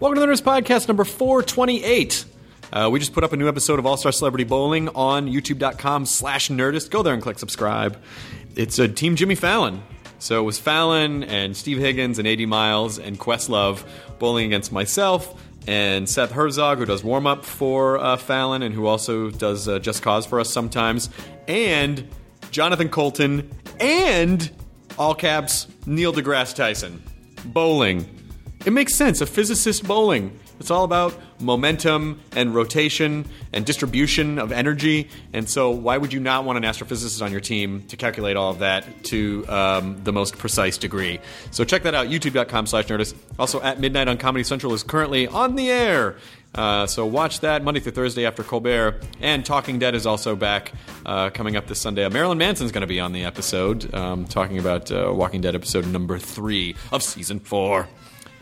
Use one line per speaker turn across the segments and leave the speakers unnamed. Welcome to the Nerdist Podcast number 428. Uh, we just put up a new episode of All Star Celebrity Bowling on youtube.com slash nerdist. Go there and click subscribe. It's a Team Jimmy Fallon. So it was Fallon and Steve Higgins and 80 Miles and Questlove bowling against myself and Seth Herzog, who does warm up for uh, Fallon and who also does uh, Just Cause for us sometimes, and Jonathan Colton and all caps Neil deGrasse Tyson. Bowling. It makes sense. A physicist bowling. It's all about momentum and rotation and distribution of energy. And so, why would you not want an astrophysicist on your team to calculate all of that to um, the most precise degree? So, check that out youtube.com slash nerdist. Also, at midnight on Comedy Central is currently on the air. Uh, so, watch that Monday through Thursday after Colbert. And Talking Dead is also back uh, coming up this Sunday. Uh, Marilyn Manson's going to be on the episode, um, talking about uh, Walking Dead episode number three of season four.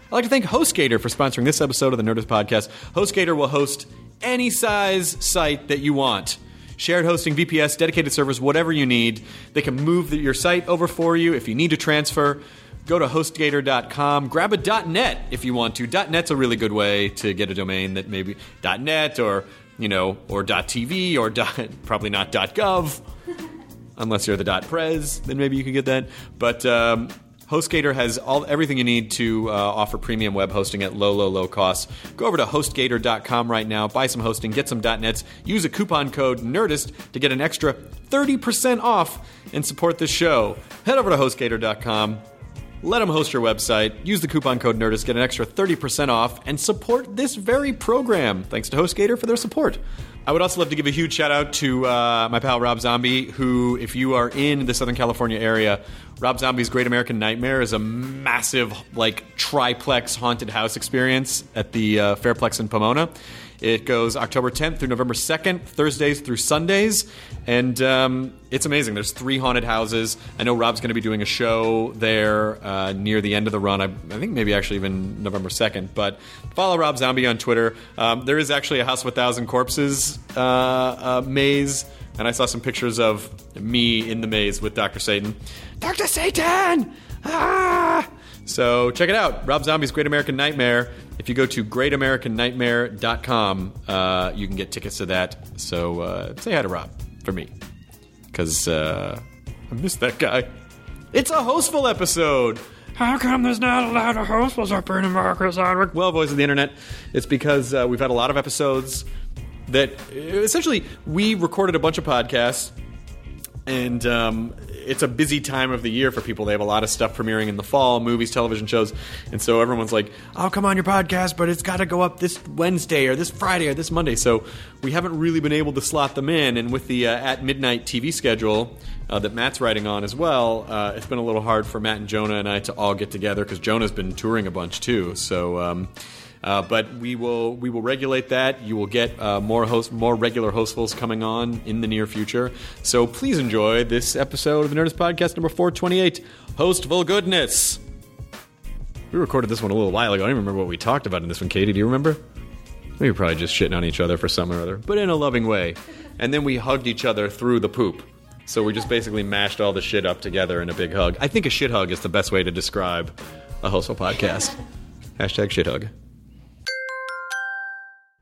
I'd like to thank HostGator for sponsoring this episode of the Nerdist Podcast. HostGator will host any size site that you want. Shared hosting, VPS, dedicated servers, whatever you need. They can move the, your site over for you if you need to transfer. Go to hostgator.com. Grab a .net if you want to. .net's a really good way to get a domain that maybe .net or, you know, or .tv or dot, probably not .gov. Unless you're the .prez, then maybe you can get that. But um, HostGator has all everything you need to uh, offer premium web hosting at low, low, low costs. Go over to HostGator.com right now, buy some hosting, get some .nets, use a coupon code Nerdist to get an extra thirty percent off and support this show. Head over to HostGator.com. Let them host your website. Use the coupon code Nerdist, get an extra 30% off, and support this very program. Thanks to HostGator for their support. I would also love to give a huge shout out to uh, my pal Rob Zombie, who, if you are in the Southern California area, Rob Zombie's Great American Nightmare is a massive, like, triplex haunted house experience at the uh, Fairplex in Pomona. It goes October 10th through November 2nd, Thursdays through Sundays, and um, it's amazing. There's three haunted houses. I know Rob's going to be doing a show there uh, near the end of the run. I, I think maybe actually even November 2nd. But follow Rob Zombie on Twitter. Um, there is actually a House with Thousand Corpses uh, uh, maze, and I saw some pictures of me in the maze with Dr. Satan. Dr. Satan! Ah! So check it out. Rob Zombie's Great American Nightmare. If you go to greatamericannightmare.com, uh, you can get tickets to that. So uh, say hi to Rob for me. Because uh, I miss that guy. It's a hostful episode.
How come there's not a lot of hosts up in America's Iron?
Well, Voice of the Internet, it's because uh, we've had a lot of episodes that essentially we recorded a bunch of podcasts and um, it's a busy time of the year for people. They have a lot of stuff premiering in the fall, movies, television shows, and so everyone's like, "I'll come on your podcast, but it's got to go up this Wednesday or this Friday or this Monday." So we haven't really been able to slot them in, and with the uh, at midnight TV schedule uh, that Matt's writing on as well, uh, it's been a little hard for Matt and Jonah and I to all get together because Jonah's been touring a bunch too. So. Um, uh, but we will we will regulate that. You will get uh, more host more regular hostfuls coming on in the near future. So please enjoy this episode of the Nerdist Podcast number four twenty eight. Hostful goodness. We recorded this one a little while ago. I don't even remember what we talked about in this one. Katie, do you remember? We were probably just shitting on each other for some or other, but in a loving way. And then we hugged each other through the poop. So we just basically mashed all the shit up together in a big hug. I think a shit hug is the best way to describe a hostful podcast. Hashtag shit hug.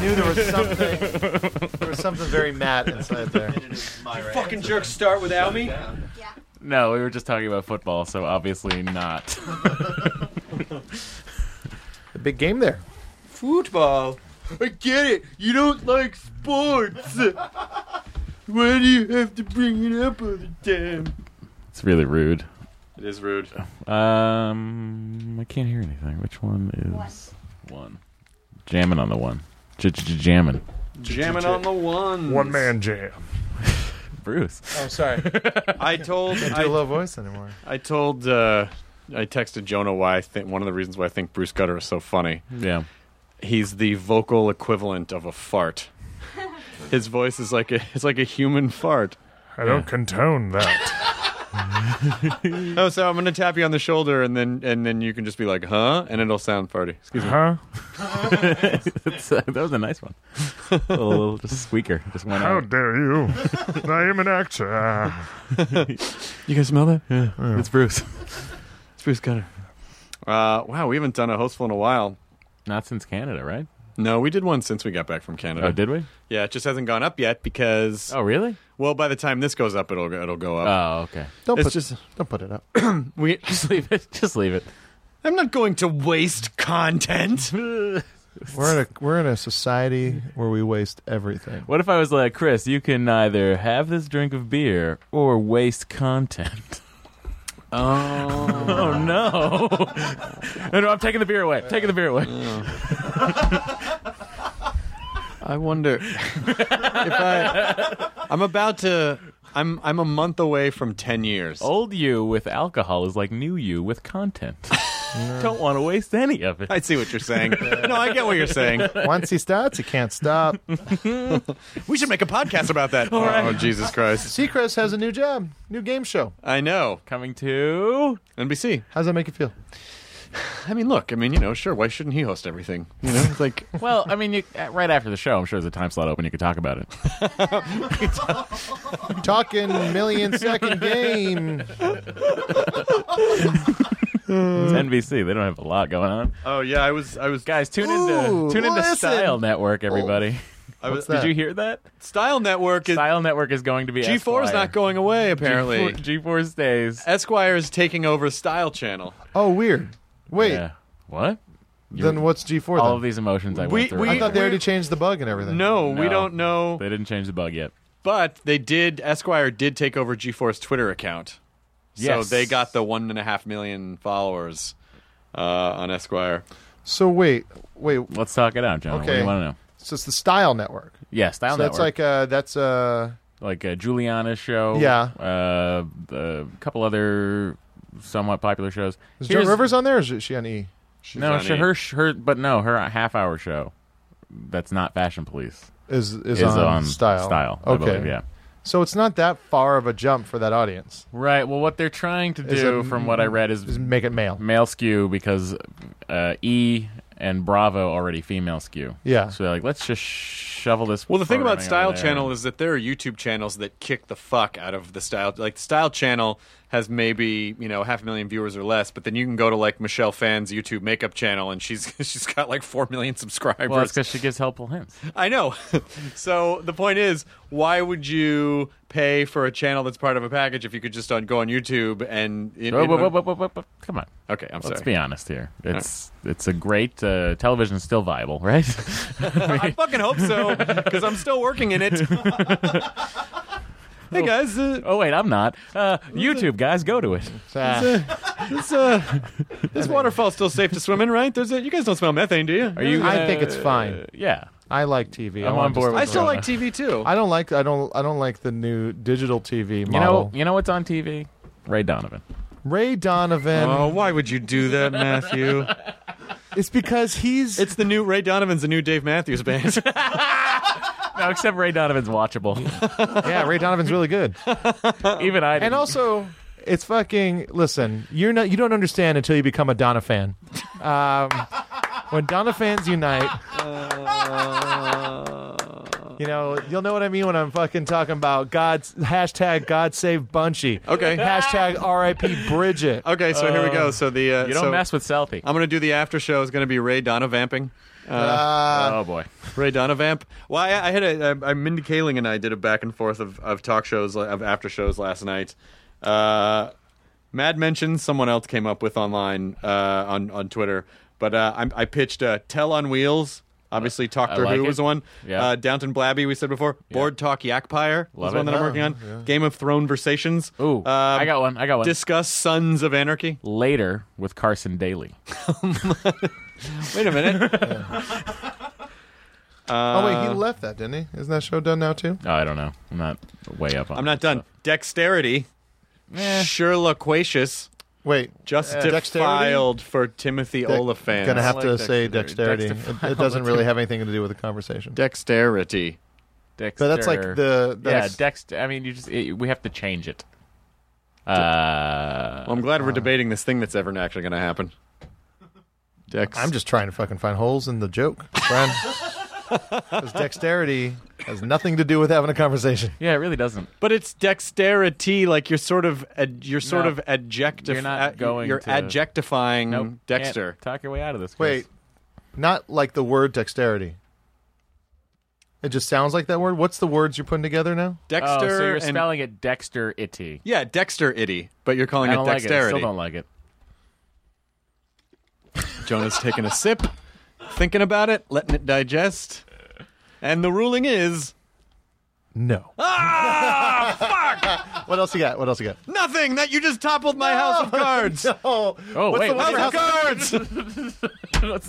knew there was something. there was something very Matt inside there.
Fucking jerks start without me.
No, we were just talking about football, so obviously not.
The big game there.
Football.
I get it. You don't like sports. Why do you have to bring it up all the time?
it's really rude.
It is rude.
Oh,
Um, I can't hear anything. Which one is one? Jamming on the one. J- j- Jamming.
Jamming on the one.
One man jam.
Bruce.
Oh, I'm sorry.
I told.
I do
I,
low voice anymore.
I told, uh, I texted Jonah why I think one of the reasons why I think Bruce Gutter is so funny.
Yeah.
He's the vocal equivalent of a fart. His voice is like a, it's like a human fart.
I don't contone that.
Oh, so I'm gonna tap you on the shoulder, and then and then you can just be like, "Huh?" and it'll sound farty. Excuse me.
Huh?
uh, that was a nice one. a little just squeaker. Just went out.
dare you? I am an actor.
You guys smell that? Yeah.
It's Bruce.
It's Bruce Gutter. Uh, wow, we haven't done a hostful in a while.
Not since Canada, right?
No, we did one since we got back from Canada.
Oh, did we?
Yeah, it just hasn't gone up yet because
Oh, really?
well, by the time this goes up, it'll it'll go up.
Oh, okay.
Don't
It's
put,
just-
don't put it up.
we,
Just leave it. Just leave it.
I'm not going to waste content.
We're in a we're in a society where we waste everything.
What if I was like, Chris, you can either have this drink of beer or waste content? Oh, no. no, no, I'm taking the beer away. Taking the beer away.
I wonder if I I'm about to I'm I'm a month away from 10 years.
Old you with alcohol is like new you with content. Don't want to waste any of it.
I see what you're saying. No, I get what you're saying.
Once he starts, he can't stop.
We should make a podcast about that. Oh, Jesus Christ.
Seacrest has a new job, new game show.
I know.
Coming to
NBC.
How's that make you feel?
I mean, look, I mean, you know, sure, why shouldn't he host everything? You know, it's like
well, I mean, you, uh, right after the show, I'm sure there's a time slot open. You could talk about it.
Talking million second game.
It's NBC. They don't have a lot going on.
Oh, yeah, I was I was
Guys, tune
Ooh,
into tune into
listen.
Style Network, everybody.
I was
that?
Did you hear that?
Style Network is
Style Network is going to be
G4 is
Esquire.
not going away apparently.
G4, G4 stays.
Esquire is taking over Style Channel.
Oh, weird. Wait,
Yeah. What?
then what's G four?
All
Then?
of these emotions I
We-
went through.
we-
I thought they
We're-
already changed the bug and everything.
No, we
No.
don't know.
they didn't change the bug yet.
But they did. Esquire did take over G4's Twitter account,
Yes.
so they got the one and a half million followers uh, on Esquire.
So wait, wait.
Let's talk it out, John. What do
Okay.
you want to know?
So it's the Style Network.
Yeah, Style
So
Network.
that's like uh that's uh
like uh, Juliana's show.
Yeah.
Uh, a couple other somewhat popular shows.
is
Here's-
Joan Rivers on there? Or is she on E?
No,
She's on
sh- her, sh- her, but no, her half hour show. That's not Fashion Police.
Is is,
Is
on,
on
Style?
Style. I
Okay.
believe, yeah.
So it's not that far of a jump for that audience.
Right. Well, what they're trying to
Is
do,
it-
from what I read, is
Just make it male.
male skew because uh, E and Bravo already female skew.
Yeah.
So they're like, let's just shovel this.
Well, the thing about
programming
Style
over there.
Channel is that there are YouTube channels that kick the fuck out of the Style. Like Style Channel has maybe you know half a million viewers or less, but then you can go to like Michelle Fan's YouTube makeup channel, and she's she's got like four million subscribers.
well, it's because she gives helpful hints.
I know. so the point is, why would you pay for a channel that's part of a package if you could just on, go on YouTube and? it-
Whoa,
it-
whoa, whoa, whoa, whoa, whoa, whoa. Come on.
Okay, I'm
Let's
sorry.
be honest here. It's it's a great uh, television, still viable, right?
I fucking hope so because I'm still working in it. hey guys, uh,
oh wait, I'm not. Uh, YouTube guys, go to it.
Ah,
this, uh, this waterfall's still safe to swim in, right? There's a, you guys don't smell methane, do you?
Are you?
I
uh,
think it's fine.
Yeah,
I like TV. I
I'm
want
on
to
board
just-
with
I still
Jonah.
like TV too.
I don't like I don't I don't like the new digital TV
You
model.
know, you know what's on TV? Ray Donovan.
Ray Donovan.
Oh, why would you do that, Matthew?
It's because he's
it's the new Ray Donovan's the new Dave Matthews band.
No, except Ray Donovan's watchable.
yeah. Ray Donovan's really good.
Even I.
And
didn't.
also, it's fucking. Listen, you're not. You don't understand until you become a Donna fan. Um, when Donna fans unite,
Uh.
you know you'll know what I mean when I'm fucking talking about God's hashtag God save Bunchy.
Okay.
Hashtag R.I.P. Bridget.
okay, so here we go. So the uh,
you don't
so
mess with Selfie.
uh,
I'm gonna do the after show. It's gonna be Ray Donovan vamping.
oh boy.
Ray Donovan. Well, I, I had a, I, Mindy Kaling and I did a back and forth of, of talk shows uh, of after shows last night. Uh, Mad mentions someone else came up with online uh, on on Twitter, but uh, I, I pitched uh, Tell on Wheels. Obviously, Talk
I
Through
like
Who
it.
was one.
Yeah.
Uh, Downton Blabby, we said before. Board Talk Yakpire was
Love
one
it.
that I'm working on. Game of Throne Versations.
Ooh,
Um,
I got one. I got one.
Discuss Sons of Anarchy.
Later with Carson Daly.
Wait a minute.
oh wait,
uh,
he left that, didn't he? Isn't that show done now too?
Oh, I don't know. I'm not way up on.
I'm not done. Dexterity. Sure, loquacious.
Wait,
Just
Uh,
defiled for Timothy
Dexterity?
Oliphant.
Gonna have
I
to
like
say
dexterity.
dexterity. It, it doesn't really have anything to do with the conversation.
dexterity.
Dexter.
but that's like the
yeah,
that's,
Dexter. I mean, you just it, we have to change it. Uh,
Well, I'm glad we're debating this thing that's ever actually going to happen. Dex.
I'm just trying to fucking find holes in the joke, friend. 'Cause dexterity has nothing to do with having a conversation.
yeah, it really doesn't.
Mm-hmm.
but it's dexterity. Like you're sort of ad, you're sort
No.
of adjectif-
You're not
a-
going
You're
to-
adjectifying
Nope, can't Oh,
Dexter.
talk your way out of this. Chris.
Wait, not like the word dexterity. It just sounds like that word. What's the words you're putting together now?
Dexter.
Oh, so you're
and-
spelling it Dexter Itty.
Yeah, Dexter itty, but you're calling
I
it
don't like it. I
dexterity.
still don't like it.
Jonah's taking a sip, thinking about it, letting it digest, and the ruling is
No. Ah, what else you got? What else you got?
nothing. That you just toppled my house of cards.
Oh,
Oh wait,
the one
what's
for
House
that?
of cards.
What's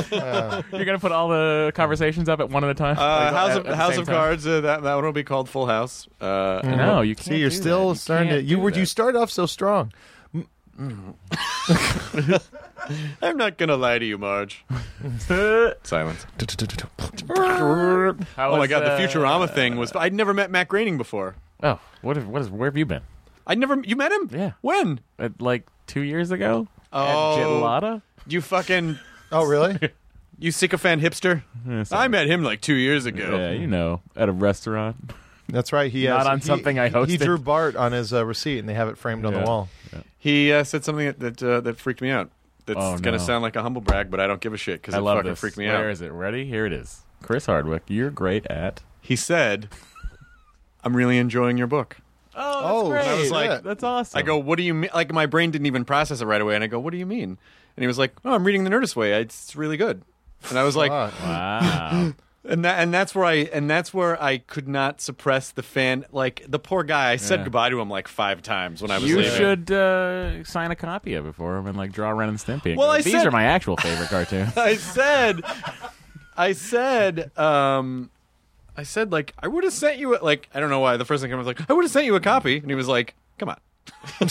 that? You're gonna put all the conversations up at one at a time.
Uh,
Like,
House
at-
of
at the
House
same
of
time? Mm-hmm.
Cards. Uh, that that one will be called Full House. Uh, and-
No, you can't.
see, you're
do that.
still
You
starting to.
can't
You
do
were
that.
you started off so strong.
I'm not gonna lie to you, Marge. Silence.
How
Oh my
was,
God,
uh,
the Futurama thing was. I'd never met Matt Groening before.
Oh, what? Have, what is? Where have you been?
I never. You met him?
Yeah.
When?
Uh, like two years ago
Oh.
at Gelada.
You fucking.
Oh, really?
You sycophant hipster. I met him like two years ago.
Yeah, you know, at a restaurant.
That's right. He
Not
has,
on
he-
something I
He
hosted.
drew Bart on his uh, receipt, and they have it framed on the
Yeah.
wall.
He uh, said something that that, uh, that freaked me out. That's
Oh,
gonna
no.
sound like a humble brag, but I don't give a shit because
I
it
love
fucking
this.
freaked me
Where
out.
is it? Ready? Here it is. Chris Hardwick, you're great at.
He said, "I'm really enjoying your book."
Oh,
great.
I was
like,
like,
That's awesome.
I go, what do you mean? Like, my brain didn't even process it right away. And I go, what do you mean? And he was like, oh, I'm reading The Nerdist Way. It's really good. And I was like,
wow.
and that, and that's where I, and that's where I could not suppress the fan. Like the poor guy, I said goodbye to him like five times when I was.
you
leaving.
should uh, sign a copy of it for him and like draw Ren and Stimpy. and
Well,
go,
I
These
said-
are my actual favorite cartoons.
I said, I said, um, I said like I would have sent you a, like I don't know why the first thing I was like I would have sent you a copy, and he was like, come on.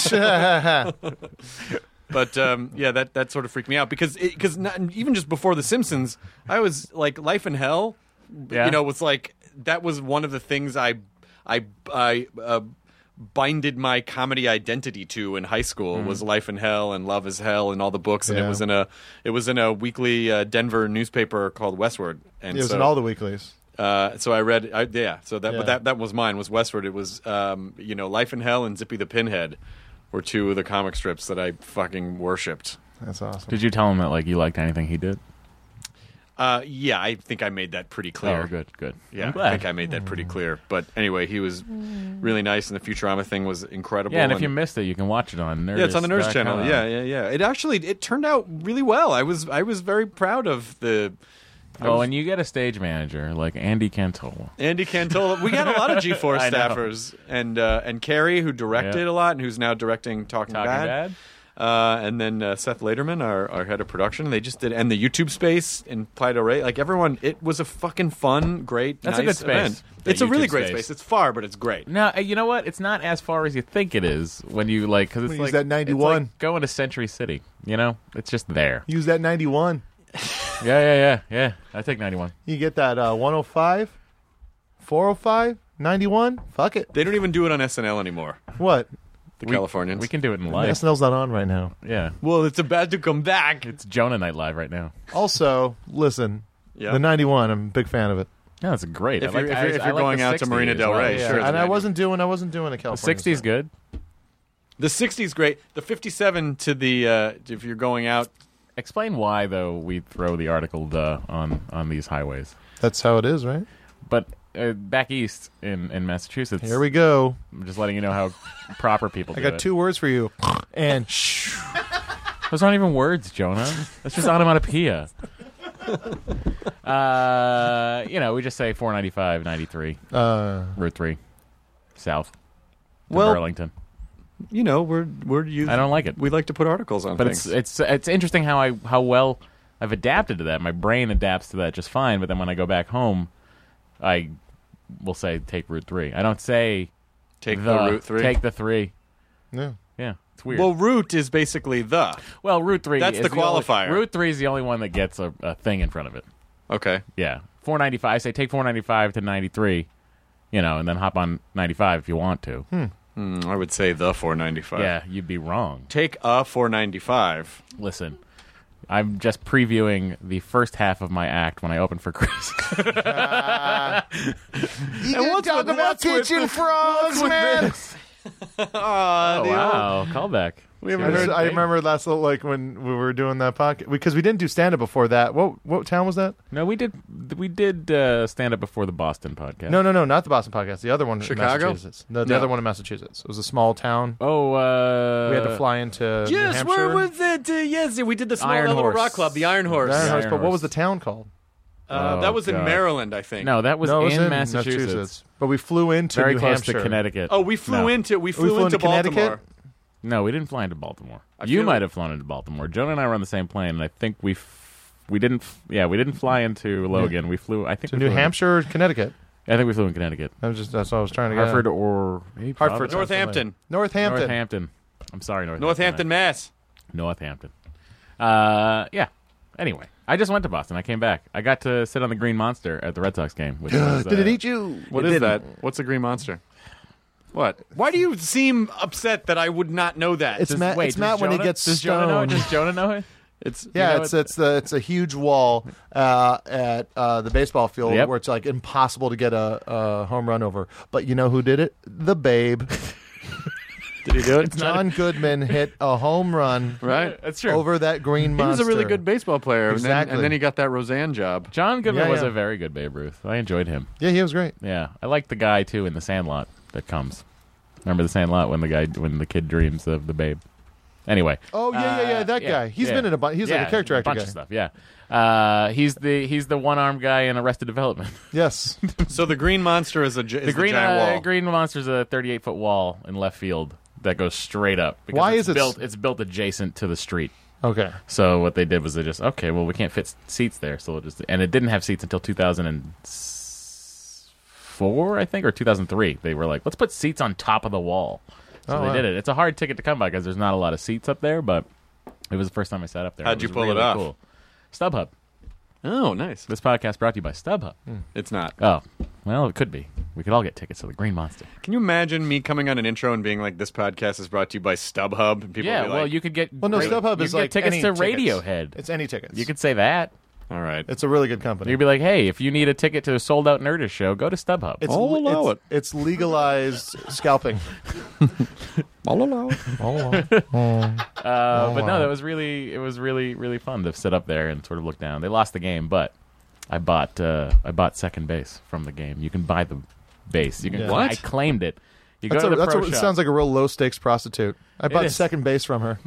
But um, yeah, that, that sort of freaked me out because because even just before The Simpsons, I was like Life in Hell.
Yeah.
You know, was like that was one of the things I I I uh, binded my comedy identity to in high school was Life in Hell and Love is Hell and all the books and it
Mm. Yeah.
was in a it was in a weekly uh, Denver newspaper called Westward and
it was
so,
in all the weeklies.
uh, so I read I, yeah so that
Yeah.
but that that was mine was Westward it was um, you know Life in Hell and Zippy the Pinhead were two of the comic strips that I fucking worshipped.
That's awesome.
Did you tell him that like you liked anything he did?
Uh, yeah, I think I made that pretty clear.
Oh, good, good.
Yeah,
I'm
I
glad.
think I made that pretty clear. But anyway, he was really nice, and the Futurama thing was incredible.
yeah, and if you missed it, you can watch it on Nerdist.
yeah, it's on the Nerds channel.
dot com.
Yeah, yeah, yeah. It actually it turned out really well. I was I was very proud of the
Oh, and you get a stage manager like Andy Cantola.
Andy Cantola. We got a lot of G4
I know.
staffers, and uh, and Carrie, who directed
Yeah.
a lot, and who's now directing Talking,
Talking Bad.
Uh, and then uh, Seth Laterman, our, our head of production, they just did, and the YouTube space in Playa del Rey, like everyone, it was a fucking fun, great,
That's a
nice
good space,
event.
that
It's a really
YouTube
great
space.
space. It's far, but it's great.
No, uh, you know what? It's not as far as you think it is when you like because it's
When you
like
use that 91.
It's like going to Century City. You know, it's just there.
Use that 91.
Yeah, yeah, yeah, yeah. I take ninety one.
You get that uh, 105, 405, 91. Fuck it.
They don't even do it on SNL anymore.
What?
The
We-
Californians.
We can do it in
The
live.
SNL's not on right now.
Yeah,
Well, it's about to come back.
it's Jonah Night live right now.
Also, listen,
Yeah.
the 91, I'm a big fan of it.
Yeah, that's great.
If
I like
you're-
the-
if you're-
I-
if
I
you're
like
going
the
out to
60s
Marina
as
del
well.
Rey,
Yeah.
sure.
and I
90.
wasn't doing I wasn't doing a
The
California.
sixties
stuff.
good.
The 60s great. The 57 to the uh, if you're going out
Explain why though we throw the article "the" on on these highways,
That's how it is, right?
but uh, back east in in Massachusetts.
Here we go.
I'm just letting you know how proper people.
I
do
got
it.
two words for you. And shh.
Those aren't even words, Jonah. That's just onomatopoeia. uh, you know, we just say 495, 93,
Uh,
Route 3, South, to
Well,
Burlington.
You know, we're we're you.
I don't like it.
We like to put articles on
But
things.
it's it's it's interesting how I how well I've adapted to that. My brain adapts to that just fine. But then when I go back home, I will say take Route three. I don't say
take
the,
the, route three.
Take the three.
yeah.
Yeah, it's weird.
well, route is basically the.
well Route three.
that's the
is only-
qualifier.
route three is the only one that gets a, a thing in front of it.
Okay.
Yeah, four ninety five. I say take four ninety five to ninety three. You know, and then hop on ninety five if you want to.
Mm, I would say the 495.
Yeah, you'd be wrong.
Take a 495.
Listen, I'm just previewing the first half of my act when I open for Chris.
You can talk about kitchen frogs, man.
oh wow, callback. We
I, just- I remember last little, like when we were doing that podcast because we didn't do stand up before that. What what town was that?
No, we did. We did uh, stand up before the Boston podcast.
No, no, no, not the Boston podcast. The other one, in
Chicago?
Massachusetts. No, the other one in Massachusetts. It was a small town.
Oh, uh,
we had to fly into New Hampshire.
it? Uh, yes, we did the small
Iron
Little
Horse.
rock club, the Iron Horse.
The Iron
Yeah.
Horse,
Iron
but what
Horse.
was the town called?
Uh,
Oh,
that was in
God.
Maryland, I think.
No, that was
no, it
in,
was
Massachusetts.
But we flew into
Very
New
close
Hampshire.
to Connecticut.
Oh, we flew
No.
into we flew,
flew
into,
into Connecticut?
Baltimore.
No, we didn't fly into Baltimore.
feel-
you might have flown into Baltimore. Jonah and I were on the same plane, and I think we f- we didn't. F- yeah, we didn't fly into Logan. We flew. I think
To
we
New
flew into-
Hampshire or Connecticut?
I think we flew in Connecticut,
That was just that's what I was trying to get. at.
Hartford or maybe
Hartford,
Providence?
Northampton.
Northampton.
Northampton. I'm sorry, Northampton.
Northampton, Mass.
I- Northampton. Uh, yeah. Anyway, I just went to Boston. I came back. I got to sit on the Green Monster at the Red Sox game. Which was,
Did
uh,
it eat you?
What is that? What's a green monster? What? Why do you seem upset that I would not know that?
It's
does-
Matt.
wait,
it's
does
Matt when he
Jonah-
gets
does Jonah know it?
stoned.
Does Jonah know it?
it's
Yeah,
You know,
it's
it-
it's a, it's a huge wall uh, at uh, the baseball field
Yep.
where it's like impossible to get a, a home run over. But you know who did it? The Babe.
did he do it?
John Goodman hit a home run
right.
That's true.
over that green
He was
monster.
a really good baseball player, and then- and,
Exactly.
then, he got that Roseanne job.
John Goodman
Yeah,
was
yeah.
a very good Babe Ruth. I enjoyed him.
Yeah, he was great.
Yeah, I like the guy too in the Sandlot that comes. Remember the Sandlot when the guy when the kid dreams of the babe. Anyway.
Oh, yeah, yeah, yeah,
Uh,
that guy. He's
He's
been in a bu- he's like a character actor
bunch
guy.
Of stuff. Yeah. Uh, he's the he's the one armed guy in Arrested Development.
Yes,
So the green monster is a gi- is the
green
giant
uh,
wall.
green monster's a 38 foot wall in left field that goes straight up. because
Why
it's
is it s-
built? It's built adjacent to the street.
okay.
So what they did was they just okay, well we can't fit s- seats there, so we'll just and it didn't have seats until 2004, I think, or 2003. They were like, let's put seats on top of the wall. So
Oh,
they
wow.
did it. It's a hard ticket to come by because there's not a lot of seats up there, but it was the first time I sat up there.
How'd
It
you
was
pull it
really
off?
Cool. StubHub.
Oh, nice.
This podcast brought to you by StubHub.
Hmm.
It's not.
Oh, well, it could be. We could all get tickets to the Green Monster.
Can you imagine me coming on an intro and being like, "This podcast is brought to you by StubHub"? And people
yeah,
be like,
well, you could get
Well, no,
great-
StubHub
you
is
could get
like
tickets
any
to
tickets.
Radiohead.
It's any tickets.
you could say that.
all right."
It's a really good
You
company.
could be like, hey, if you need a ticket to a sold out Nerdist show, go to StubHub.
It's,
I'll
le-
allow
it's, it's legalized scalping.
All alone.
Uh, but
Oh, wow.
no, that was really it was really really fun to sit up there and sort of look down. They lost the game, but I bought uh, I bought second base from the game. You can buy the base. You can
Yeah.
What?
I claimed it. You go
That's,
to
a,
the
that's
pro
a, it
shop.
sounds like a real low stakes prostitute. I bought
is.
second base from her.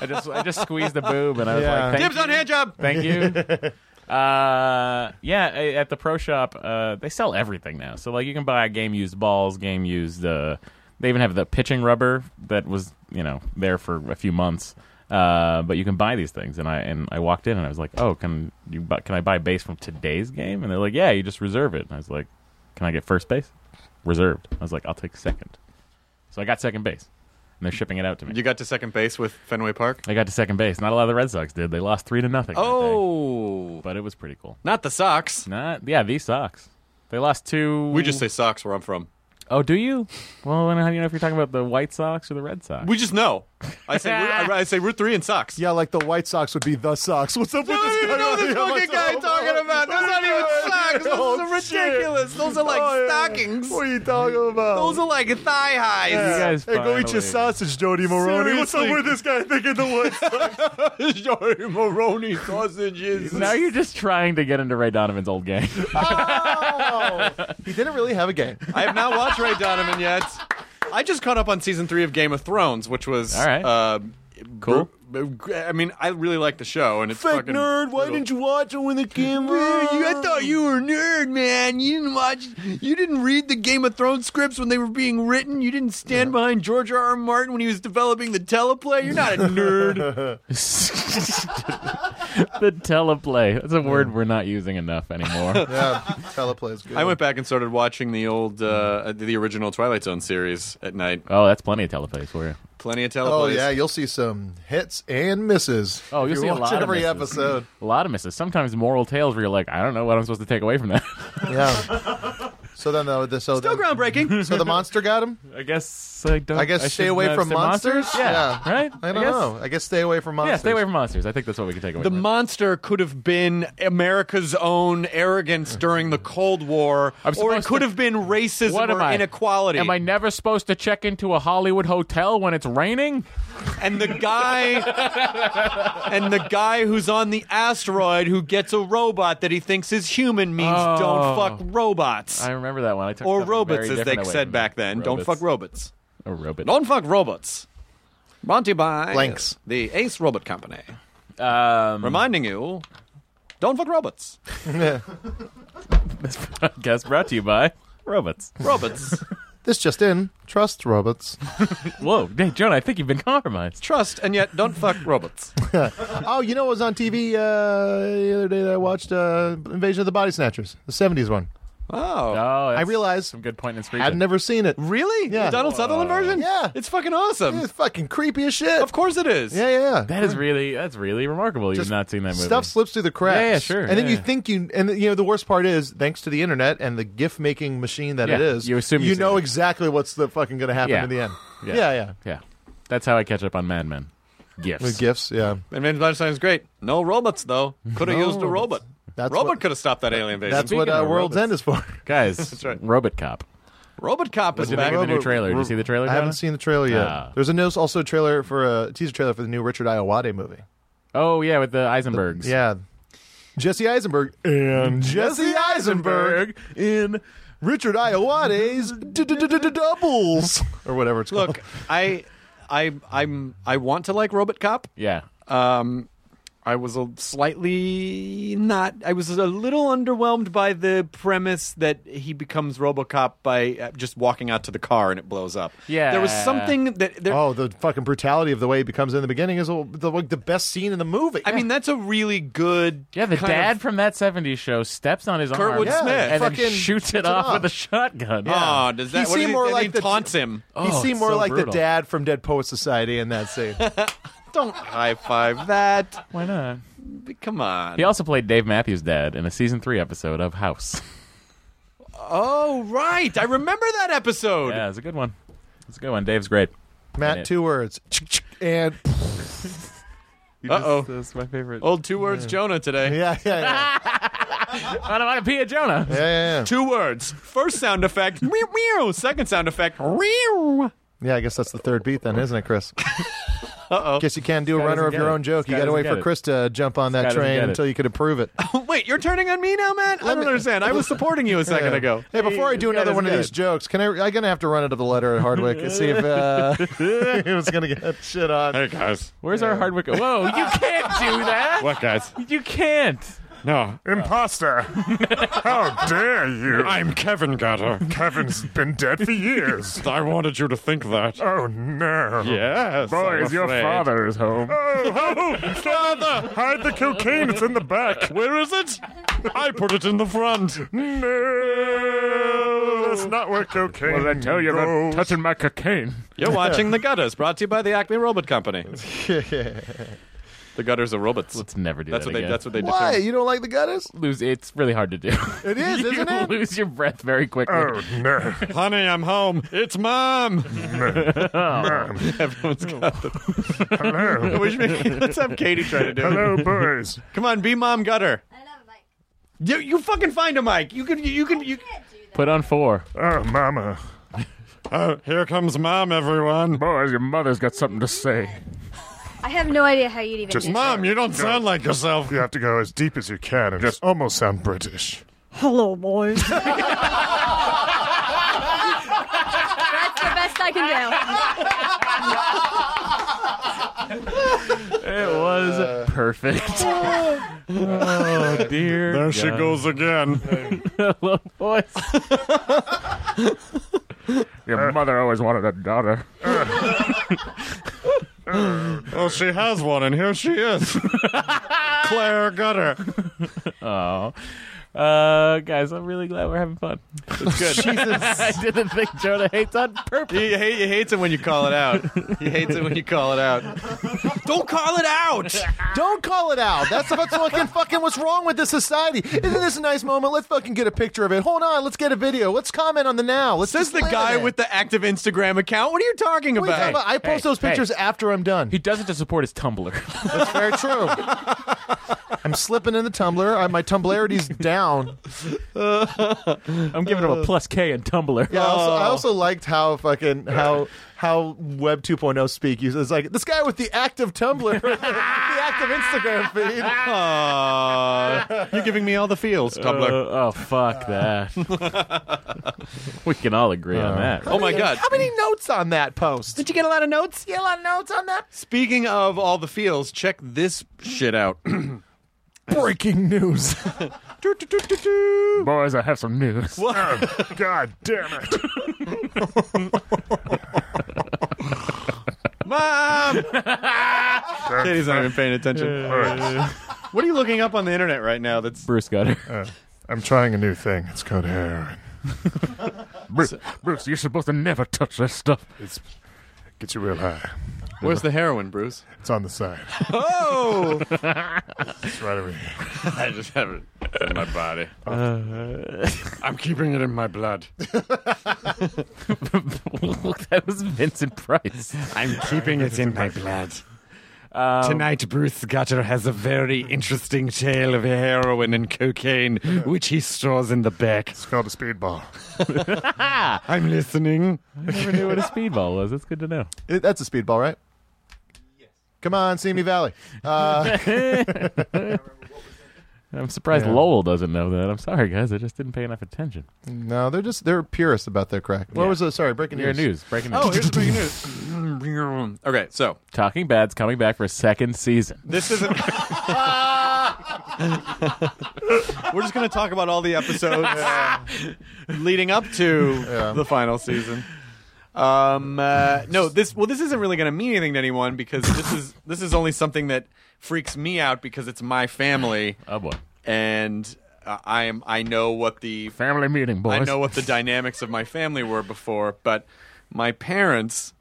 I just I just squeezed the boob and I was
Yeah.
like, thank
Dibs on hand job.
Thank you. uh, yeah, a- at the pro shop, uh, they sell everything now. So like, you can buy game used balls, game used. Uh, they even have the pitching rubber that was you know there for a few months. Uh, but you can buy these things, and I and I walked in and I was like, oh, can you buy, can I buy base from today's game? And they're like, yeah, you just reserve it. And I was like, can I get first base? Reserved. I was like, I'll take second. So I got second base, and they're shipping it out to me.
You got to second base with Fenway Park.
I got to second base. Not a lot of the Red Sox did. They lost three to nothing. that day.
Oh,
but it was pretty cool.
not the Sox.
Not yeah, these socks. They lost two.
We just say socks where I'm from.
Oh, do you? Well, then how do you know if you're talking about the White Sox or the Red Sox?
We just know. I say I, I say Route Three and socks.
Yeah, like the White Sox would be the Sox. What's up with
I
this
don't even
guy?
know
on
this
the
fucking guy
Amazon?
talking about. That's not even because those are ridiculous. Those are like stockings.
Oh, What are you talking about?
Those are like thigh highs.
You guys
hey, go eat your
finally-
sausage, Jody Maroney. What's up
Seriously.
with this guy thinking the woods?
Jody Maroney sausages.
Now you're just trying to get into Ray Donovan's old gang.
he didn't really have a gang.
I have not watched Ray Donovan yet. I just caught up on season three of Game of Thrones, which was
All right.
uh,
Cool.
br- br- I mean, I really like the show, and it's fucking brutal.
you watch it when the camera?
You- I thought you were a nerd, man. You didn't watch. You didn't read the Game of Thrones scripts when they were being written. You didn't stand behind George R. R. Martin when he was developing the teleplay. You're not a nerd.
the teleplay. That's a word we're not using enough anymore.
Yeah, teleplay is good.
I went back and started watching the old, uh, the original Twilight Zone series at night.
Oh, that's plenty of teleplays for you.
Plenty of
Oh
teleplays.
yeah, you'll see some hits and misses.
Oh,
if
you'll
you
see a
watch
lot of
every
misses.
episode.
A lot of misses. Sometimes moral tales where you're like, I don't know what I'm supposed to take away from that.
yeah. So then, though, the, so
Still
then,
groundbreaking.
so the monster got him.
I guess Oh, I don't.
I guess stay
should
away
not-
from
stay
monsters?
Yeah.
Yeah.
Right.
I don't
guess-
know. I guess stay away from monsters.
Yeah, stay away from monsters. I think that's what we can take away.
The
from it.
monster could have been America's own arrogance during the Cold War, or
I'm
it
supposed
could
to-
have been racism
What am
or
I?
inequality.
Am I never supposed to check into a Hollywood hotel when it's raining?
and the guy and the guy who's on the asteroid who gets a robot that he thinks is human means
Oh.
don't fuck robots
I remember that one. I took
or
something
robots as
very
they
different away
said
from
back
that.
then don't fuck robots
A robot.
don't fuck robots brought to you by
Blanks.
the ace robot company
Um,
reminding you don't fuck robots
podcast brought to you by robots.
robots
This just in: trust robots.
Whoa, hey, Jonah, I think you've been compromised.
trust and yet don't fuck robots
oh, you know what was on TV uh, the other day that I watched? Uh, Invasion of the Body Snatchers, the '70s one.
oh
Oh,
I
that's
realized
some good point in
I'd
screeching.
never seen it.
really
Yeah.
the donald sutherland version
Yeah.
it's fucking awesome
It's fucking creepy as shit.
of course it is
Yeah, yeah, yeah.
That is really that's really remarkable. You've not seen that movie.
Stuff slips through the cracks.
Yeah, yeah, sure,
And then
yeah,
you
yeah.
think you, and you know, the worst part is, thanks to the internet and the GIF making machine that
Yeah,
it is,
you assume
you
you've
know
seen it.
exactly what's the fucking going to happen
Yeah.
in the end.
Yeah.
yeah, yeah.
yeah, that's how I catch up on Mad Men. Gifts.
With gifts, yeah.
Invasion of the Body Snatchers is great. No robots though. Could have used a robot.
That's
robot
what-
could have stopped that alien invasion.
That's what
Speaking
uh,
of
World's End is for.
Guys,
right.
Robot Cop.
Robot Cop is
Did you think
back.
of the new
Robot-
trailer? Did you see the trailer?
I haven't
Donna?
seen the trailer yet.
Ah.
There's a no, also a trailer for a teaser trailer for the new Richard Iowade movie.
Oh yeah, with the Eisenbergs.
Yeah, Jesse Eisenberg and Jesse Eisenberg
in
Richard Iowade's doubles or whatever it's called.
Look, I, I, I'm, I want to like Robot Cop.
yeah.
Um, I was a slightly not. I was a little underwhelmed by the premise that he becomes RoboCop by uh, just walking out to the car and it blows up.
Yeah.
there was something that. There,
Oh, the fucking brutality of the way he becomes in the beginning is all- the, like the best scene in the movie.
I mean, that's a really good.
Yeah, the
kind of-
dad from that '70s show steps on his
Kurtwood
arm
Smith.
and then
Fucking
shoots it
shoots it
off
off.
with a shotgun.
Oh, does that?
he
what
seemed
do you-
more
and
like
he
the-
taunts him.
he
Oh,
seemed
it's
more
so
like the
brutal.
dad from Dead Poet Society in that scene.
Don't high five that.
Why not?
Come on.
He also played Dave Matthews' dad in a season three episode of House.
Oh, right. I remember that episode.
Yeah, it's a good one. It's a good one. Dave's great.
Matt,
Yeah.
two words, and
Uh oh.
That's my favorite.
Old two words Jonah today.
yeah, yeah, yeah,
I don't want to pee at Jonah.
yeah, yeah. yeah.
Two words. First sound effect, meow, meow. Second sound effect, meow.
Yeah, I guess that's the third beat then, isn't it, Chris? Uh-oh. Guess you can't do a
This guy
runner
doesn't
of
get
your
it.
own joke.
This
You
guy
got to wait
doesn't
for
get it.
Chris to jump on that
doesn't
train
get it.
until you could approve it.
Wait, you're turning on me now, Matt? I
Let
don't
me-
understand. I was supporting you a second
Yeah.
ago.
Hey, before I do
this guy
another one of
doesn't
these
get it.
jokes, can I? I'm gonna have to run into the letter at Hardwick and see if uh, he was gonna get shit on.
Hey, guys.
Where's our Hardwick? Whoa, you can't do that.
What, guys?
You can't.
No.
Imposter! How dare you!
I'm Kevin Gutter.
Kevin's been dead for years.
I wanted you to think that.
Oh no!
Yes.
Boys, your father is home. Oh, oh,
Father!
hide the cocaine, it's in the back.
Where is it? I put it in the front.
No, that's not where cocaine
What did I tell you about
goes.
touching my cocaine?
You're watching The Gutters, brought to you by the Acme Robot Company. the Gutters are robots.
Let's never do
That's
that
what they.
again.
That's what they.
Why?
determined.
You don't like the gutters?
lose. It's really hard to do.
It is,
you
isn't it?
lose your breath very quickly.
Oh no!
Honey, I'm home. It's mom. Everyone's got the.
Hello,
Let's have Katie try to do it.
hello, boys.
Come on, be mom gutter. You, you fucking find a mic. You can. You can. You.
Put on four.
Oh, Mama.
Oh, here comes mom, everyone.
Boy, your mother's got something to say.
I have no idea how you'd even
Just
do
my-
Mom, you don't sound like yourself.
You have to go as deep as you can and just almost sound British.
Hello, boys. That's the best I can
It was perfect. oh dear.
There she goes again.
Hello, boys.
Your mother always wanted a daughter.
Oh, she has one, and here she is. Claire Gutter.
Oh. Uh, guys, I'm really glad we're having fun. It's good. I didn't think Jonah hates on purpose.
He, hate, he hates it when you call it out. He hates it when you call it out. Don't call it out.
Don't call it out. That's what's fucking fucking what's wrong with this society. Isn't this a nice moment? Let's fucking get a picture of it. Hold on, let's get a video. Let's comment on the now. Let's
Says the
display
guy
it.
with the active Instagram account. What are you talking
What are you talking
about?
about? I post
hey,
those pictures
hey.
after I'm done.
He does it to support his Tumblr.
That's very true. I'm slipping in the tumbler. I, my tumblarity's down.
I'm giving him a plus K in Tumblr.
Yeah, I also,
Oh.
I also liked how fucking how how Web 2.0 speak uses. It's like this guy with the active Tumblr, the active Instagram
Oh
feed.
Ah.
Aw, you're giving me all the feels, Tumblr.
Uh, Uh. oh fuck that. we can all agree on that.
oh my god.
How many notes on that post?
Did you get a lot of notes?
Yeah, a lot of notes on that.
Speaking of all the feels, check this shit out.
Breaking news.
Boys, I have some news. Oh, God damn it.
Mom!
That's
Katie's not even paying attention.
right.
What are you looking up on the internet right now that's
Bruce Gutter.
I'm trying a new thing. It's called heroin. Bruce, Bruce, you're supposed to never touch that stuff. It's gets you real high.
Where's the heroin, Bruce?
It's on the side.
Oh!
It's right over here.
I just have it in my body.
Uh-huh.
I'm keeping it in my blood.
Uh. that was Vincent Price.
I'm keeping it in my blood. Tonight, Bruce Gutter has a very interesting tale of heroin and cocaine, which he stores in the back.
It's called a speedball.
I'm listening.
Never knew what a speedball was. That's good to know.
It- That's a speedball, right? Come on, Simi Valley. Uh,
I'm surprised
Yeah.
Lowell doesn't know that. I'm sorry, guys. I just didn't pay enough attention.
no, they're just they're purists about their crack. What
Yeah.
was the sorry breaking
Your
news?
news, breaking news.
Oh, here's the big news. okay, so
Talking Bad's coming back for a second season.
this isn't. We're just going to talk about all the episodes leading up to the final season. Um, uh, no, this well, this isn't really going to mean anything to anyone because this is this is only something that freaks me out because it's my family
Oh boy,
and uh, I am I know what the
family meeting, boys.
I know what the dynamics of my family were before, but my parents,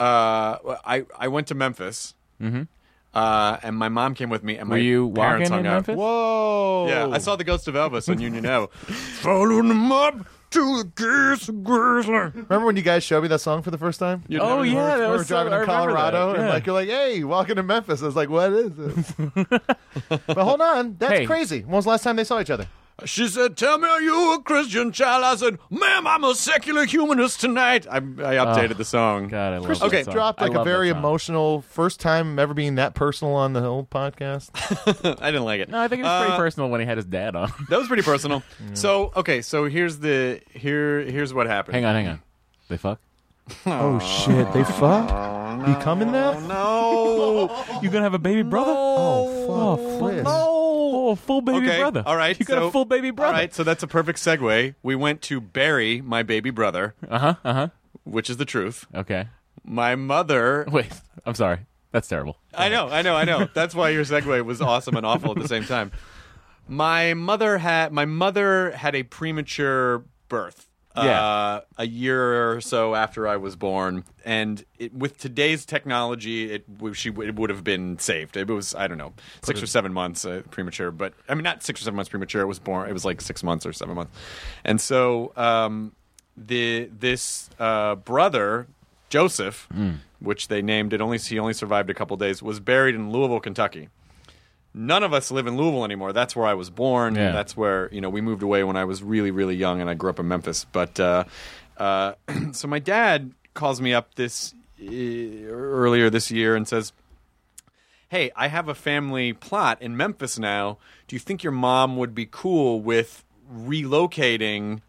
uh, I I went to Memphis, uh, and my mom came with me, and
Were
my
you
parents
walking
hung
in
out.
Memphis?
Whoa!
Yeah, I saw the Ghost of Elvis on Union Ave.
Following them up to the gas grizzler.
Remember when you guys showed me that song for the first time?
You'd
Oh
never-
yeah,
we
that
were
was so-
driving
I
in
remember that.
Colorado, and
Yeah.
like you're like, "Hey, walking to Memphis." I was like, "What is this?" but hold on, that's
Hey.
crazy. When was the last time they saw each other?
She said, "Tell me, are you a Christian child?" I said, "Ma'am, I'm a secular humanist tonight." I, I updated the song.
God, I love
Chris
that
Okay,
song.
dropped
I
like a
love that
very
song.
emotional first time ever being that personal on the whole podcast.
I didn't like it.
No, I think it was pretty
Uh,
personal when he had his dad on.
That was pretty personal. So okay, so here's the here here's what happened.
hang on, hang on. They fuck.
oh shit, they fuck. you coming there?
No.
You gonna have a baby brother?
Oh, fuck, Chris.
Oh, a full baby
okay.
brother.
All right.
you got
so-
a full baby brother.
All right. So that's a perfect segue. We went to bury my baby brother,
Uh huh. Uh huh.
which is the truth.
Okay.
My mother.
Wait. I'm sorry. That's terrible.
I know. I know. I know. That's why your segue was awesome and awful at the same time. My mother had my mother had a premature birth.
Yeah.
Uh, a year or so after I was born, and it, with today's technology, it w- she w- it would have been saved. It was I don't know six or seven months uh, premature, but I mean not six or seven months premature. It was born. It was like six months or seven months, and so um, the this uh, brother Joseph, which they named it only he only survived a couple days, was buried in Louisville, Kentucky. none of us live in Louisville anymore. That's where I was born.
Yeah.
That's where you know we moved away when I was really really young, and I grew up in Memphis. But uh, uh, so my dad calls me up this uh, earlier this year and says, "Hey, I have a family plot in Memphis now. Do you think your mom would be cool with relocating?"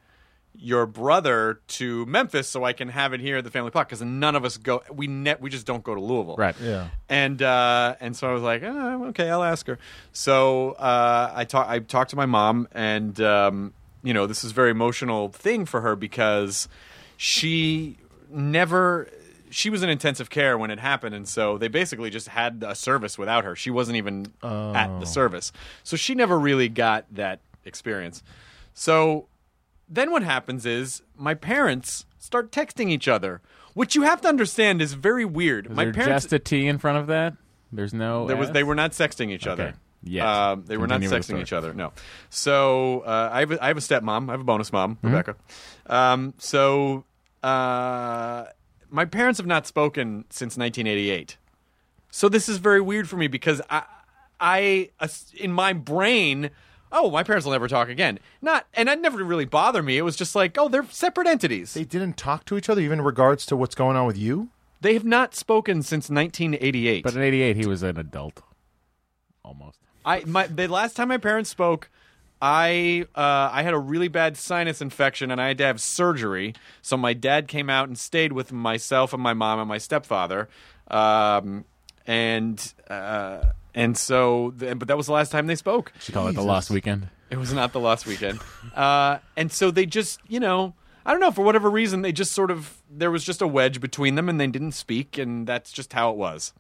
Your brother to Memphis, so I can have it here at the family plot because none of us go. We net we just don't go to Louisville,
Right.
Yeah.
and uh, and so I was like, oh, okay, I'll ask her. So uh, I talk, I talked to my mom, and um, you know, this is a very emotional thing for her because she never she was in intensive care when it happened, and so they basically just had a service without her. She wasn't even at the service, so she never really got that experience. So then what happens is my parents start texting each other. Which you have to understand is very weird.
Is
my
there
parents
just a T in front of that? There's no.
there was
S?
they were not sexting each other.
Okay. Yet.
Um, they were not
Continue with the
sexting
story.
each other. No. So uh, I have a, I have a stepmom. I have a bonus mom,
Mm-hmm.
Rebecca. Um, so uh, my parents have not spoken since 1988. So this is very weird for me because I I as- in my brain. Oh, my parents will never talk again. Not, and that never really bothered me. It was just like, oh, they're separate entities.
They didn't talk to each other, even in regards to what's going on with you.
They have not spoken since 1988.
But in '88, he was an adult, almost.
I my the last time my parents spoke, I uh, I had a really bad sinus infection and I had to have surgery. So my dad came out and stayed with myself and my mom and my stepfather, um, and uh, and so th- but that was the last time they spoke.
She called it the lost weekend.
It was not the last weekend. Uh, and so they just, you know, I don't know, for whatever reason, they just sort of, there was just a wedge between them and they didn't speak, and that's just how it was.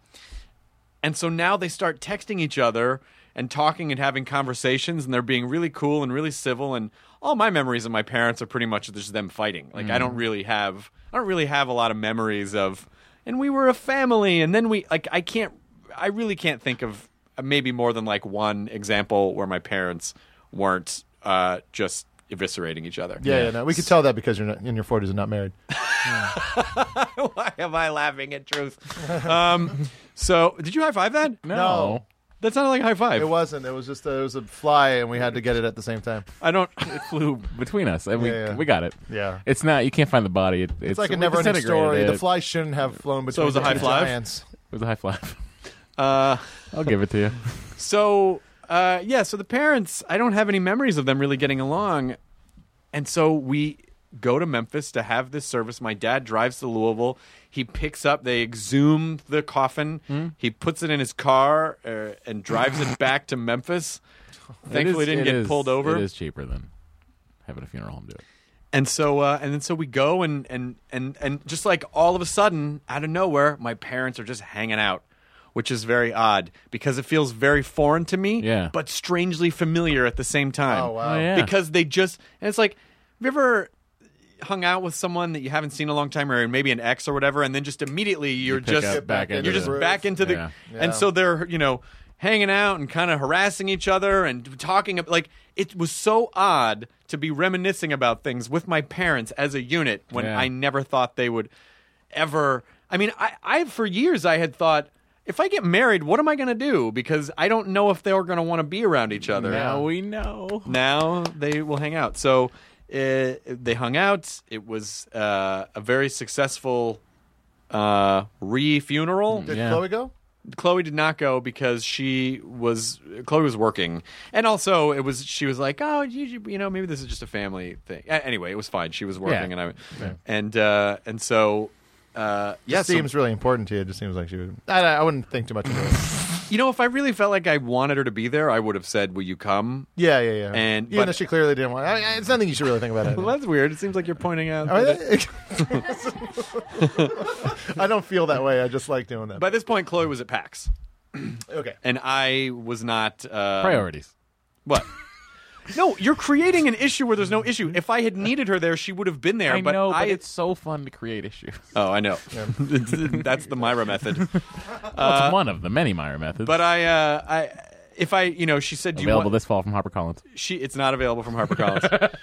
And so now they start texting each other and talking and having conversations, and they're being really cool and really civil. And all my memories of my parents are pretty much just them fighting. Like, I
Mm.
don't really have, I don't really have a lot of memories of, and we were a family, and then we, like, I can't, I really can't think of maybe more than like one example where my parents weren't uh, just eviscerating each other.
Yeah, yeah. no, we could tell that because you're not, in your forties and not married.
Why am I laughing at truth? um, so, did you high five that?
No.
That sounded like a high five.
It wasn't. It was just a, it was a fly, and we had to get it at the same time.
I don't.
It flew between us, and we
Yeah, yeah.
we got it.
Yeah.
It's not. You can't find the body. It, it's,
It's like a
we
never-ending
disintegrated
story. The
it.
fly shouldn't have flown between
it was a
the
high
two
fly?
giants.
It was a high five.
Uh,
I'll give it to you.
so, uh, yeah. So the parents, I don't have any memories of them really getting along, and so we go to Memphis to have this service. My dad drives to Louisville. He picks up. They exhume the coffin.
Hmm?
He puts it in his car uh, and drives it back to Memphis. Thankfully,
It is-
didn't
it
get
is-
pulled over.
It is cheaper than having a funeral home do it.
and so uh, and then so we go and and and and just like all of a sudden out of nowhere my parents are just hanging out which is very odd because it feels very foreign to me
Yeah.
but strangely familiar at the same time
Oh wow.
Oh, yeah.
because they just and it's like have you ever hung out with someone that you haven't seen in a long time or maybe an ex or whatever and then just immediately you're
pick
just
up back into
you're just
the-
back into the
Yeah.
Yeah.
and so they're you know hanging out and kind of harassing each other and talking ab- like it was so odd to be reminiscing about things with my parents as a unit when
Yeah.
I never thought they would ever I mean I, I for years I had thought if I get married, what am I going to do? Because I don't know if they're going to want to be around each other
Now we know.
now they will hang out. So uh, they hung out. It was uh, a very successful uh, re funeral.
Did
Yeah.
Chloe go?
Chloe did not go because she was Chloe was working, and also it was she was like, oh, you, you- you know, maybe this is just a family thing. A- Anyway, it was fine. She was working, and I and uh, and so. Uh, yeah,
Just
so-
seems really important to you. It just seems like she would. I, I wouldn't think too much of it.
you know, if I really felt like I wanted her to be there, I would have said, "Will you come?"
Yeah, yeah, yeah.
And-
even
but-
though she clearly didn't want, I, I- it's nothing you should really think about.
Well, that's weird. It seems like you're pointing out. that it-
it. I don't feel that way. I just like doing that.
By this point, Chloe was at PAX.
okay,
and I was not uh,
Priorities.
What? no, you're creating an issue where there's no issue. If I had needed her there, she would have been there.
I
but
know, but
I,
it's so fun to create issues.
oh, I know. That's the Myra method.
Well, it's one of the many Meyer methods.
But I, uh, I, if I, you know, she said, "Do you
available
want?"
this fall from HarperCollins.
she, it's not available from HarperCollins.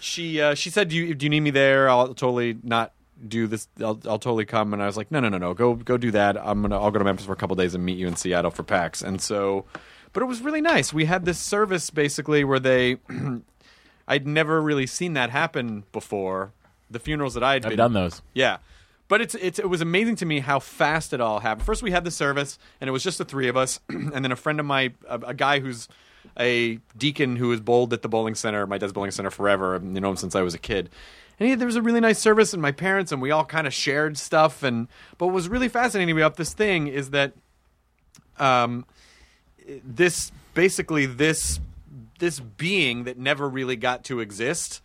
she, uh, she said, do you, "Do you need me there? I'll totally not." Do this? I'll, I'll totally come. And I was like, no, no, no, no. Go, go do that. I'm gonna. I'll go to Memphis for a couple days and meet you in Seattle for PAX. And so, But it was really nice. We had this service basically where they, I'd never really seen that happen before. The funerals that i had
I've done those.
yeah. But it's, it's it was amazing to me how fast it all happened. First, we had the service, and it was just the three of us, and then a friend of my, a, a guy who's a deacon who was bowled at the bowling center, my dad's bowling center forever, and you know him since I was a kid. And he, there was a really nice service, and my parents and we all kind of shared stuff. And but what was really fascinating about this thing is that, um, this basically this this being that never really got to exist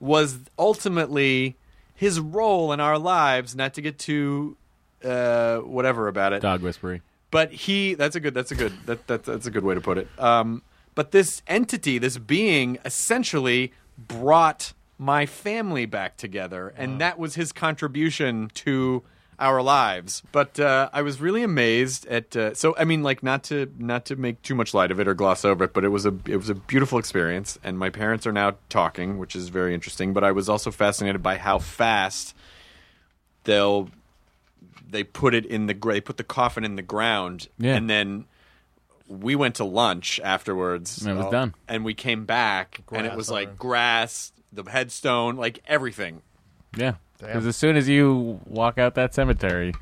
was ultimately his role in our lives. Not to get too uh, whatever about it,
Dog whispery.
but he that's a good that's a good that, that that's a good way to put it. Um, but this entity, this being, essentially brought my family back together, and that was his contribution to our lives. But uh, I was really amazed at uh, so I mean like not to not to make too much light of it or gloss over it, but it was a it was a beautiful experience, and my parents are now talking, which is very interesting. But I was also fascinated by how fast they'll they put it in the gra- they put the coffin in the ground
Yeah.
and then we went to lunch afterwards Oh,
And it was done.
and we came back and it
Grass
was
on
like
it.
grass the headstone like everything
Yeah. Because as soon as you walk out that cemetery,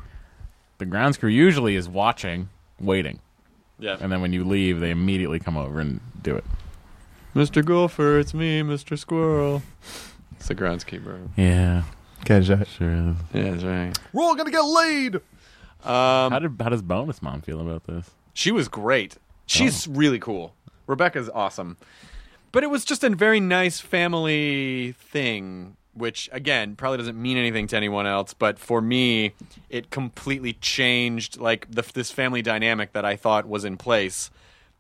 the grounds crew usually is watching, waiting.
Yeah.
And then when you leave, they immediately come over and do it.
mr gopher it's me mr squirrel it's the groundskeeper
Yeah.
Catch that.
Sure.
yeah that's right
We're all gonna get laid.
um,
How did how does bonus mom feel about this?
She was great. She's
Oh.
really cool. Rebecca's awesome. But it was just a very nice family thing, which again probably doesn't mean anything to anyone else, but for me, it completely changed. Like the, this family dynamic that I thought was in place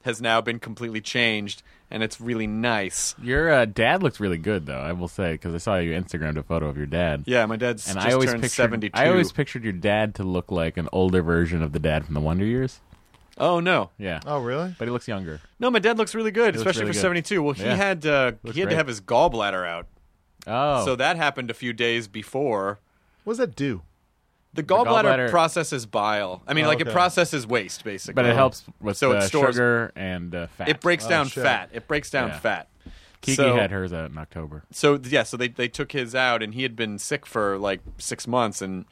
has now been completely changed, and it's really nice.
Your uh, dad looks really good though, I will say, because I saw you Instagrammed a photo of your dad.
Yeah, my dad's
And
just
I always
turned
pictured
seventy-two.
I always pictured your dad to look like an older version of the dad from the Wonder Years.
oh no,
Yeah.
Oh, really?
But he looks younger.
no, my dad looks really good,
looks
especially
really
for
good.
seventy-two. Well, he
Yeah.
had uh,
Looks
he had to
great.
have his gallbladder out,
Oh.
so that happened a few days before.
What does that do?
The gallbladder,
gallbladder- Oh,
processes bile. I mean, like it
okay.
processes waste, basically.
but it helps with
um, So it
uh,
stores-
sugar and uh, fat.
It breaks down
Oh, shit.
fat. It breaks down
Yeah.
fat.
Kiki
so,
had hers out in October.
So yeah, so they they took his out, and he had been sick for like six months, and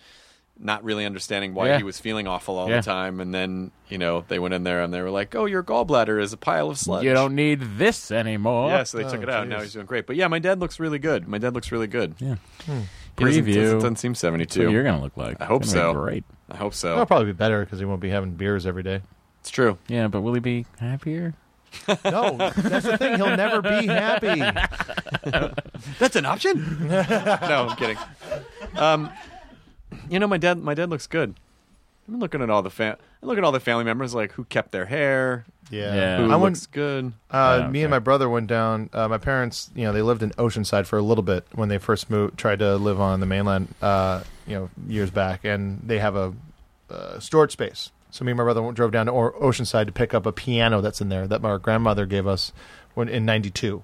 not really understanding why
Yeah.
he was feeling awful all
Yeah.
the time. And then you know they went in there and they were like, "Oh, your gallbladder is a pile of sludge."
You don't need this anymore.
Yeah, so they took
Oh,
it out. and Now
jeez.
he's doing great. But yeah, my dad looks really good. My dad looks really good.
Yeah.
Hmm.
He doesn't-
Preview.
doesn't, doesn't seem
That's what you're
seventy-two.
gonna look like.
I hope
It's gonna be
so.
Great.
I hope so.
Oh.
That'll probably be better because he won't be having beers every day.
It's true.
Yeah, but will he be happier?
No, that's the thing. He'll never be happy.
That's an option. no, I'm kidding. Um, you know, my dad. My dad looks good. I'm looking at all the fam. I look at all the family members, like who kept their hair,
Yeah.
Yeah.
who
I went.
looks good.
Uh,
Oh,
me
okay.
and my brother went down. Uh, my parents, you know, they lived in Oceanside for a little bit when they first moved, tried to live on the mainland, uh, you know, years back, and they have a uh, storage space. So me and my brother went- drove down to o- Oceanside to pick up a piano that's in there that my grandmother gave us when in '92.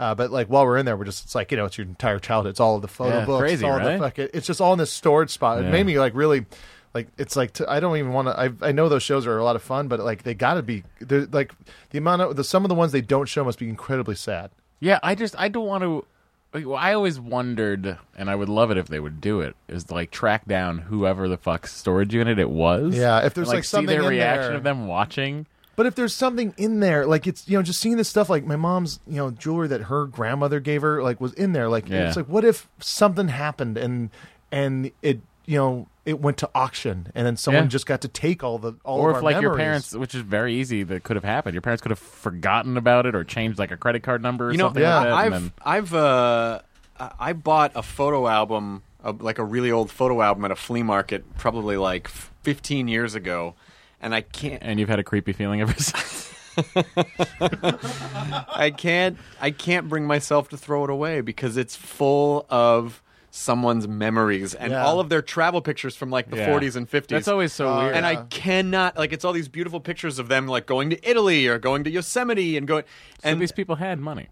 Uh, but like while we're in there, we're just it's like you know it's your entire childhood. It's all of the photo
Yeah,
books,
crazy,
it's all
right?
the fucking, it's just all in this storage spot. It
Yeah.
made me like really like it's like t- I don't even want to. I I know those shows are a lot of fun, but like they got to be they're like the amount of the some of the ones they don't show must be incredibly sad.
Yeah, I just I don't want to. like, well, I always wondered, and I would love it if they would do it, is like track down whoever the fuck storage unit it was.
Yeah, if there's,
and, like,
like,
see
something
their
in
reaction
there.
of them watching.
But if there's something in there, like it's you know just seeing this stuff, like my mom's you know jewelry that her grandmother gave her, like was in there. Like
Yeah.
it's like what if something happened and and it you know it went to auction and then someone
Yeah.
just got to take all the all
or if
of our
like your
memories.
parents, which is very easy, that could have happened. Your parents could have forgotten about it or changed like a credit card number or
you know,
something
yeah,
like that.
I've
and then-
I've uh, I I bought a photo album, a, like a really old photo album at a flea market, probably like 15 years ago, and I can't.
and you've had a creepy feeling ever since.
I can't I can't bring myself to throw it away because it's full of someone's memories and
Yeah.
all of their travel pictures from like the
Yeah. Oh,
40s and 50s.
That's always so weird.
And I cannot like it's all these beautiful pictures of them like going to Italy or going to Yosemite and going
and
and
these people had money.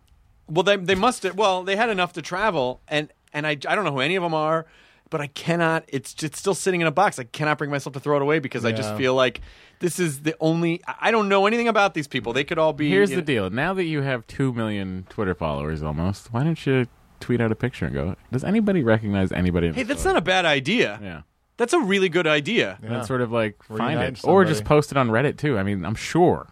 well they they must well they had enough to travel and and I I don't know who any of them are but I cannot. It's it's still sitting in a box. I cannot bring myself to throw it away because I just
Yeah.
feel like this is the only. I I don't know anything about these people. They could all be.
Here's
you
the
know-
deal. Now that you have two million Twitter followers almost, why don't you tweet out a picture and go, Does anybody recognize anybody in
Hey,
this
that's not a bad idea.
Yeah.
That's a really good idea.
And then sort of like find
Reunite
it, or just
somebody.
post it on Reddit too. I mean, I'm sure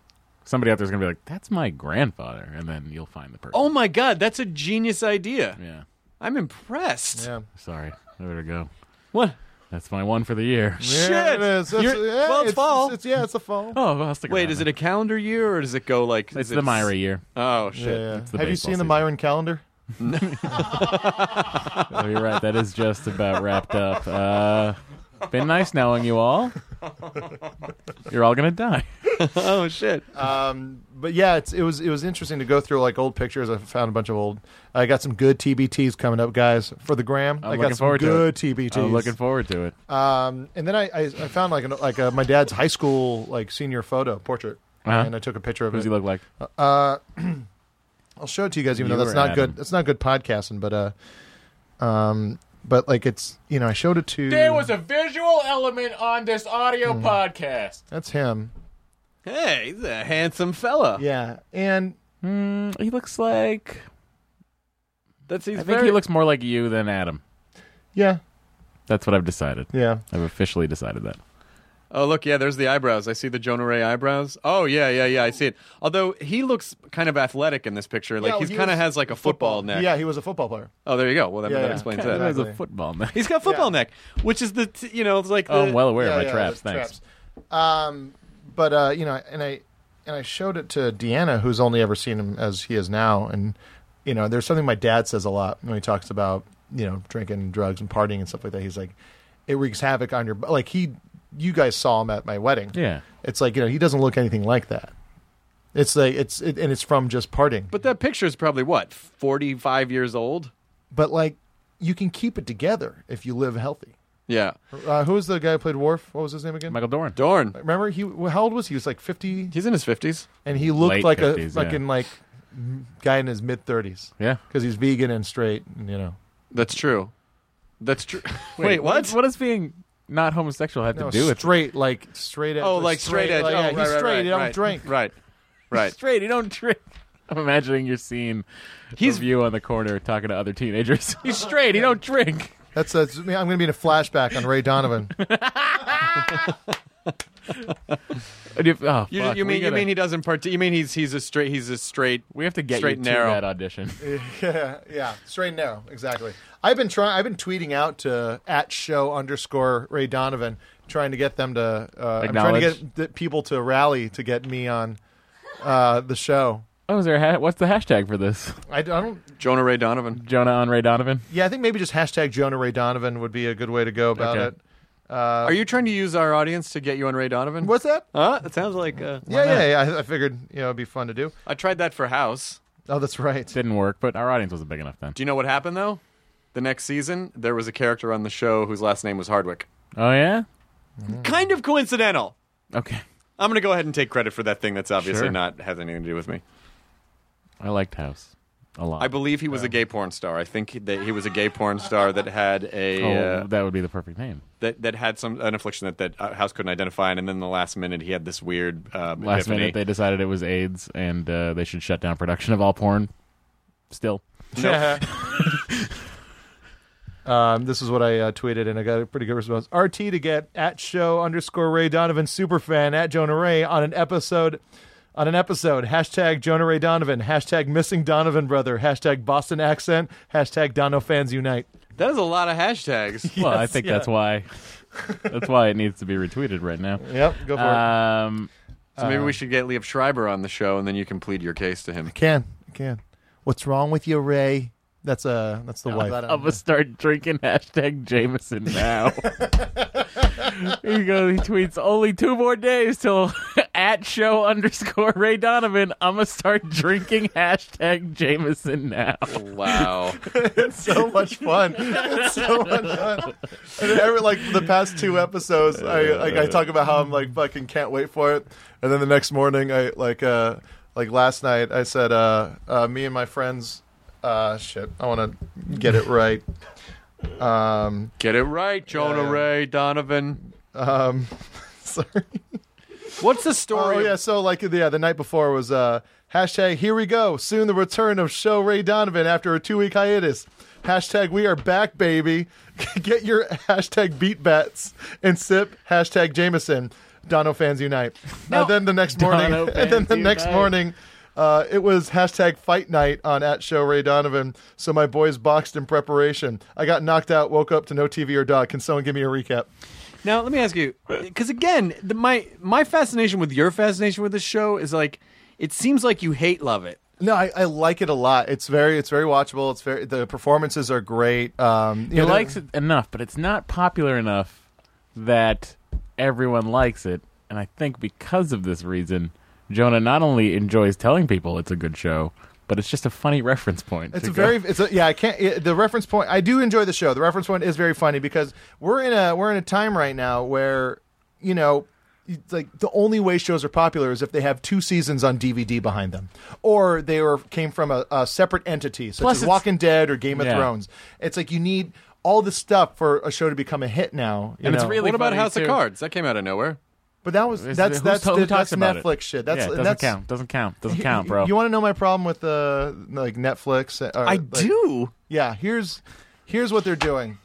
somebody out there's gonna be like, "That's my grandfather," and then you'll find the person.
Oh my god, that's a genius idea.
Yeah.
I'm impressed.
Yeah.
Sorry, I better go.
What?
That's my one for the year.
Yeah, it is. That's-
You're-
yeah,
well, it's fall.
It's, yeah, it's the fall.
Oh, well, stick
Wait, is it a calendar year or does it go like?
It's
is it
the Myra year.
Oh shit!
Yeah, yeah. Have you seen the Myron calendar?
oh, you're right. That is just about wrapped up. Uh, been nice knowing you all. You're all gonna die.
oh shit.
Um, but yeah, it's, it was it was interesting to go through like old pictures. I found a bunch of old. I got some good TBTs coming up, guys, for the gram.
I'm
I
looking
got some
forward
good
to it.
TBTs.
I'm looking forward to it.
Um, and then I, I, I found like an, like uh my dad's high school like senior photo portrait,
Uh-huh.
and I took a picture of
Who's
it.
he look like?
Uh, I'll show it to you guys, even
You
though that's
or
not
Adam?
good. That's not good podcasting, but uh, um, but like it's you know I showed it to.
a visual element on this audio podcast.
Mm. that's him.
Hey, he's a handsome fella.
Yeah, and
Hmm, he looks like.
That's he's
I think
very.
he looks more like you than Adam.
Yeah.
That's what I've decided.
Yeah.
I've officially decided that.
Oh look, yeah, there's the eyebrows. I see the Jonah Ray eyebrows. Oh yeah, yeah, yeah, I see it. Although he looks kind of athletic in this picture. Like
Yeah,
he's
he
kind of
was-
has like a football, neck.
Yeah, he was a football player.
Oh, there you go. Well, that,
Yeah,
that
yeah.
explains
Kinda
that.
has a Exactly.
football neck.
He's got football neck, which is the t- you know it's like. The,
Oh, I'm well aware
Yeah,
of my
yeah,
traps.
those
Thanks.
traps. Um, but uh, you know, and I and I showed it to Deanna, who's only ever seen him as he is now, and you know, there's something my dad says a lot when he talks about you know drinking, drugs, and partying and stuff like that. He's like, it wreaks havoc on your b- like he. You guys saw him at my wedding.
Yeah.
it's like you know he doesn't look anything like that. It's like it's it, and it's from just partying.
But that picture is probably what forty five years old.
But like, you can keep it together if you live healthy.
Yeah,
Uh, who was the guy who played Worf? What was his name again?
Michael Dorn.
Dorn.
Remember he? How old was he? He was like fifty.
He's in his fifties.
and he looked
Late
like
50s,
a
yeah.
fucking like guy in his mid thirties.
Yeah.
because he's vegan and straight, and you know,
That's true. That's true. Wait,
What
what?
does being not homosexual have
no,
to do with
straight like straight edge.
Oh, like straight, edge.
like,
oh,
yeah,
right,
he's
right,
straight.
Right,
he don't
right,
drink.
Right, right.
straight? You don't drink. I'm imagining your scene. He's of you on the corner talking to other teenagers. He's straight. He don't drink.
That's, that's I'm going to be in a flashback on Ray Donovan.
And if- oh,
You,
fuck,
you
we
mean you
gotta-
mean he doesn't part? You mean he's he's a straight he's a straight.
we have to get
straight
you
and
to
narrow.
that audition?
yeah, yeah, straight and narrow. Exactly. I've been trying. I've been tweeting out to at show underscore Ray Donovan, trying to get them to. Uh, I'm trying to
Acknowledge.
get the people to rally to get me on uh, the show.
Oh, is there? A ha- what's the hashtag for this?
I, I don't.
Jonah Ray Donovan.
Jonah on Ray Donovan.
Yeah, I think maybe just hashtag Jonah Ray Donovan would be a good way to go about
Okay.
it.
Are you trying to use our audience to get you on Ray Donovan?
What's that?
Uh, Huh? That sounds like uh,
Yeah, yeah, yeah. I, I figured you know it'd be fun to do.
I tried that for House.
Oh, that's right.
Didn't work, but our audience wasn't big enough then.
Do you know what happened though? The next season, there was a character on the show whose last name was Hardwick.
Oh yeah.
Kind of coincidental.
Okay.
I'm going to go ahead and take credit for that thing that's obviously
Sure.
not has anything to do with me.
I liked House a lot.
I believe he was a gay porn star. I think that he was a gay porn star that had a
Oh,
uh,
that would be the perfect name.
that that had some an affliction that that uh, House couldn't identify, and then the last minute he had this weird uh,
Last
epiphany.
minute, they decided it was AIDS, and uh, they should shut down production of all porn. Still,
Um, this is what I uh, tweeted, and I got a pretty good response. RT to get at show underscore Ray Donovan superfan at Jonah Ray on an episode. On an episode, hashtag Jonah Ray Donovan, hashtag missing Donovan brother, hashtag Boston accent, hashtag Dono fans unite.
That is a lot of hashtags.
well, I think that's why. That's why it needs to be retweeted right now.
Yep, go for it.
Um,
So maybe
Uh,
we should get Liev Schreiber on the show, and then you can plead your case to him.
Can can. What's wrong with you, Ray? That's uh, that's the wife.
I'm gonna start drinking hashtag Jameson now. he goes, he tweets, only two more days till at show underscore Ray Donovan. I'm gonna start drinking hashtag Jameson now.
Wow.
so much fun. It's so much fun. And then every, like the past two episodes, I like I talk about how I'm like fucking can't wait for it, and then the next morning, I like uh like last night, I said uh, uh me and my friends, uh shit, I want to get it right. Um,
Get it right, Jonah
yeah.
Ray Donovan.
um, sorry.
What's the story?
Oh yeah, so like yeah, the night before was uh, hashtag Here we go. Soon the return of Show Ray Donovan after a two week hiatus. Hashtag We are back, baby. Get your hashtag Beat Bats and sip hashtag Jameson. Dono fans unite. and then the next morning,
Dono
and then
fans
the next
unite.
morning. Uh, it was hashtag fight night on at show Ray Donovan. So my boys boxed in preparation. I got knocked out, woke up to no TV or dog. Can someone give me a recap?
Now let me ask you, because again, the, my my fascination with your fascination with this show is like, it seems like you hate love it.
No, I, I like it a lot. It's very it's very watchable. It's very the performances are great. Um,
He
you know,
likes it enough, but it's not popular enough that everyone likes it. And I think because of this reason, Jonah not only enjoys telling people it's a good show, but it's just a funny reference point.
It's
to
a
go-
very it's a, yeah. I can't it, the reference point. I do enjoy the show. The reference point is very funny because we're in a we're in a time right now where you know. it's Like the only way shows are popular is if they have two seasons on DVD behind them, or they were came from a, a separate entity, such
Plus
as
it's-
Walking Dead or Game of
Yeah.
Thrones. It's like you need all this stuff for a show to become a hit now. you
And it's
know?
really
What about
funny,
House
too.
of Cards? That came out of nowhere.
but that was
It's-
that's
who's-
that's
who
the-
talks
that's
about
Netflix
it?
shit. That's
yeah, it doesn't
that's,
count. Doesn't count. Doesn't count, bro.
You want to know my problem with uh, like Netflix? uh, Or,
I
like-
do.
Yeah, here's here's what they're doing.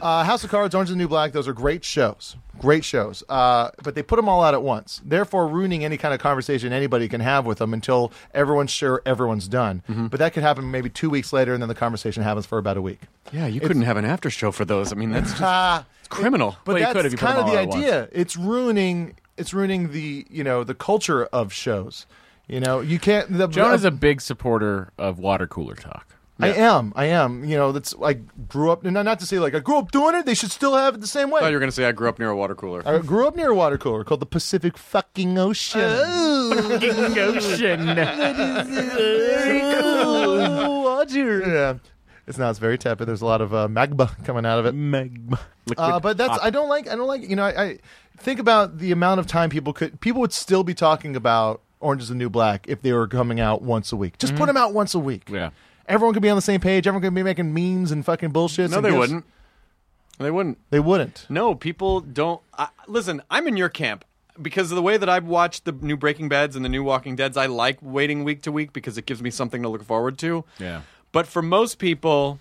Uh, House of Cards, Orange is the New Black, those are great shows. Great shows. Uh, but they put them all out at once, therefore ruining any kind of conversation anybody can have with them until everyone's sure everyone's done.
Mm-hmm.
But that could happen maybe two weeks later, and then the conversation happens for about a week.
Yeah, you couldn't have an after show for those. I mean, that's just
Ah,
it's criminal.
but
Well, you
that's
could if you put
kind of
them
the
all at once.
idea. It's ruining. It's ruining the you know the culture of shows. You know you can't. The,
Jonah's a big supporter of water cooler talk.
I am. I am. You know, that's I grew up. Not not to say like I grew up doing it. They should still have it the same way.
I thought you were going to say I grew up near a water cooler.
I grew up near a water cooler called the Pacific fucking Ocean. Oh, Yeah, it's not. It's very tepid. There's a lot of uh, magma coming out of it. Uh, but that's I don't like. I don't like. You know, I, I think about the amount of time people could people would still be talking about Orange Is the New Black if they were coming out once a week. Just put them out once a week.
Yeah.
Everyone could be on the same page. Everyone could be making memes and fucking bullshit.
no, they wouldn't. They wouldn't.
They wouldn't.
No, people don't. I, listen, I'm in your camp because of the way that I've watched the new Breaking Beds and the new Walking Deads. I like waiting week to week because it gives me something to look forward to.
Yeah.
But for most people,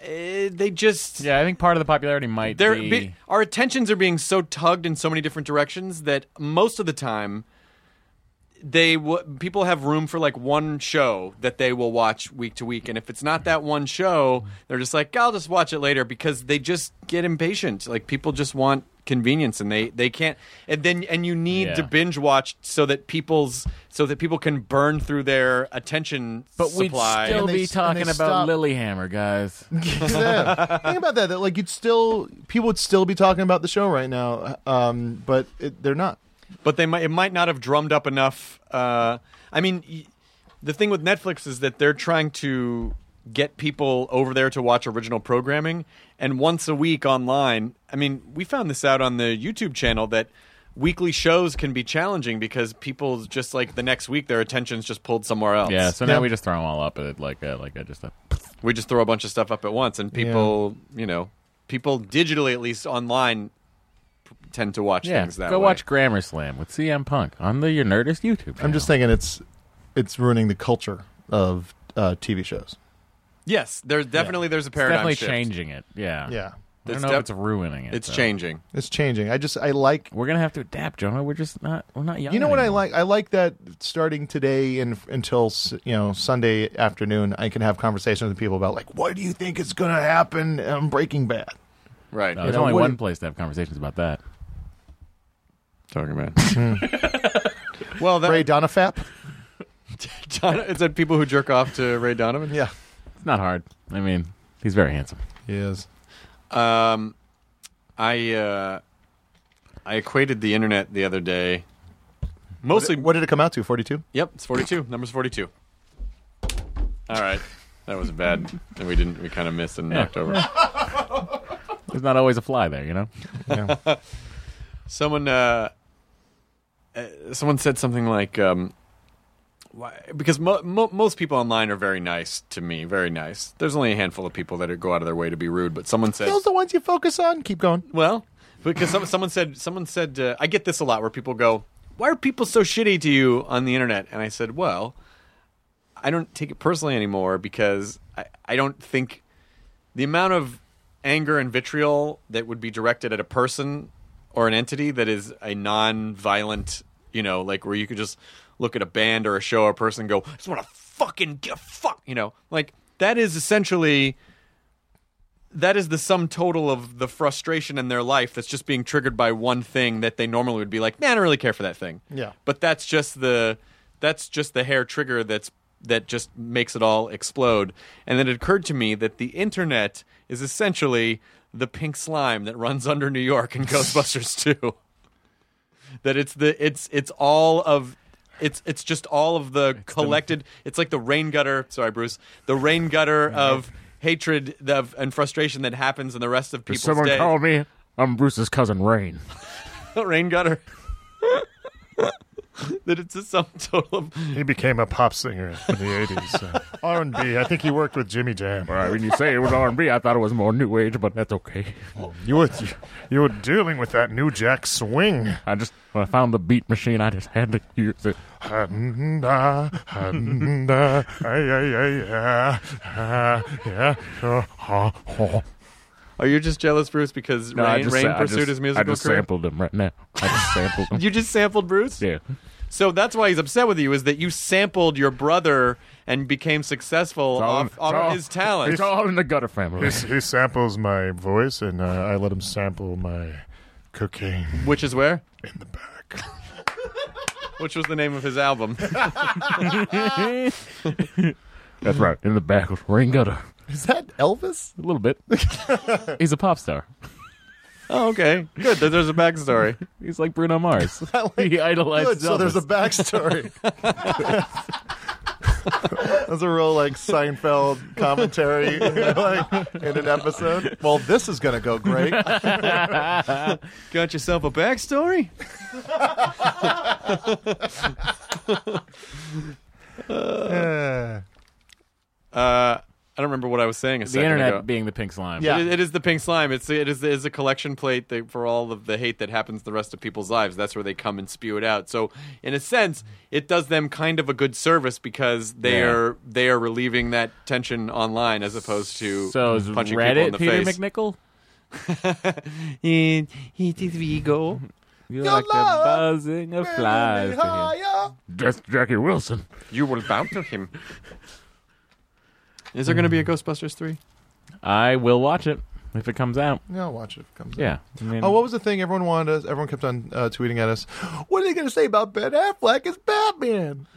eh, they just
Yeah, I think part of the popularity might
they're
be,
be- our attentions are being so tugged in so many different directions that most of the time they w- people have room for like one show that they will watch week to week and if it's not that one show they're just like I'll just watch it later because they just get impatient like people just want convenience and they they can't and then and you need
Yeah.
to binge watch so that people's so that people can burn through their attention
but we'd
supply
still
And they
be
s- and they
talking about
stop-
Lilyhammer, guys.
Yeah. Think about that. That like you'd still people would still be talking about the show right now, um, but it, they're not.
but they might it might not have drummed up enough. Uh, I mean, y- the thing with Netflix is that they're trying to get people over there to watch original programming, and once a week online. I mean, we found this out on the YouTube channel that weekly shows can be challenging because people's just like the next week their attention's just pulled somewhere else.
Yeah, so now
Yeah.
we just throw them all up at like a, like a, just a
we just throw a bunch of stuff up at once, and people, you know, people digitally at least online p- tend to watch
yeah.
things that
go
way.
watch Grammar Slam with CM Punk on the Your Nerdist YouTube.
I'm just thinking it's it's ruining the culture of uh, TV shows.
yes, there's definitely there's a paradigm
definitely
shift.
changing it. Yeah,
Yeah,
I don't
It's
know
def-
if it's ruining it.
It's
though.
changing.
it's changing. I just I like
We're gonna have to adapt, Jonah. We're just not. We're not young.
you know what I
anymore.
like. I like that starting today and f- until s- you know Sunday afternoon, I can have conversations with people about like what do you think is going to happen on Breaking Bad.
Right.
No, there's
know,
only
what
one
if-
place to have conversations about that.
Talking about. well, that,
Hmm. Ray Donafap.
Don- is that people who jerk off to Ray Donovan?
Yeah,
It's not hard. I mean, he's very handsome.
he is.
Um, I uh, I equated the internet the other day. Mostly.
What did it come out to? Forty two.
Yep, it's forty-two. Numbers forty-two. All right, that was bad, and we didn't. We kind of missed and knocked over.
There's not always a fly there, you know.
Someone, uh, uh, someone said something like, um, why, because mo- mo- most people online are very nice to me, very nice. There's only a handful of people that go out of their way to be rude, but someone said
Those are the ones you focus on. Keep going.
Well, because some, someone said someone said uh, I get this a lot where people go, "Why are people so shitty to you on the internet?" And I said, "Well, I don't take it personally anymore because I, I don't think the amount of anger and vitriol that would be directed at a person or an entity that is a non-violent, you know, like where you could just look at a band or a show or a person and go, "I just want to fucking get fuck," you know, like that is essentially that is the sum total of the frustration in their life that's just being triggered by one thing that they normally would be like, man, I don't really care for that thing.
Yeah.
But that's just the that's just the hair trigger that's that just makes it all explode. And then it occurred to me that the internet is essentially the pink slime that runs under New York in Ghostbusters 2. That it's the it's it's all of it's it's just all of the collected it's like the rain gutter sorry Bruce the rain gutter of hatred of, and frustration that happens in the rest of
If
people's
someone
day.
called me, I'm Bruce's cousin Rain.
rain gutter that it's a sum total of
He became a pop singer in the 80s. uh, R&B. I think he worked with Jimmy Jam.
All right, when you say it was R&B, I thought it was more new age, but that's okay.
Oh.
You were you were dealing with that new jack swing.
I just when I found the beat machine, I just had to use it.
Hunda, hunda, ay, ay, ay, yeah, ah, yeah, sure, ha, ho.
Are you just jealous, Bruce, because
No, I
Rain,
just,
Rain
I
pursued
just-
his musical
I just
career?
sampled him right now. I just sampled him.
You just sampled Bruce?
Yeah.
So that's why he's upset with you, is that you sampled your brother and became successful
It's all in-
off,
it's
off
all-
his talent.
It's all in the gutter family.
He, he samples my voice, and uh, I let him sample my cocaine.
Which is where? In the back. Which was the name of his album.
That's right. In the back of Rain Gutter.
Is that Elvis?
A little bit. He's a pop star.
Oh, okay. Good. There- There's a backstory.
He's like Bruno Mars. he idolized
Good. So there's a
Elvis.
backstory. That's a real like Seinfeld commentary, like in an episode. Well, this is gonna go great.
Got yourself a backstory?
Yeah.
Uh, I don't remember what I was saying a
The
second
internet
ago.
being the pink slime.
Yeah.
It, it is the pink slime. It's it is it is a collection plate that, for all of the hate that happens the rest of people's lives. That's where they come and spew it out. So in a sense, it does them kind of a good service because they
Yeah.
are they are relieving that tension online as opposed to
So is
punching people in
Reddit
the
Peter
face.
McNichol?
And it is ego.
You like the buzzing of flies. to him.
That's Jackie Wilson.
You will bow to him. Is there going to be a Ghostbusters three?
I will watch it if it comes out.
Yeah, I'll watch it. if it comes out.
Yeah. I mean,
Oh, what was the thing everyone wanted us? Everyone kept on uh, tweeting at us. What are they going to say about Ben Affleck as Batman?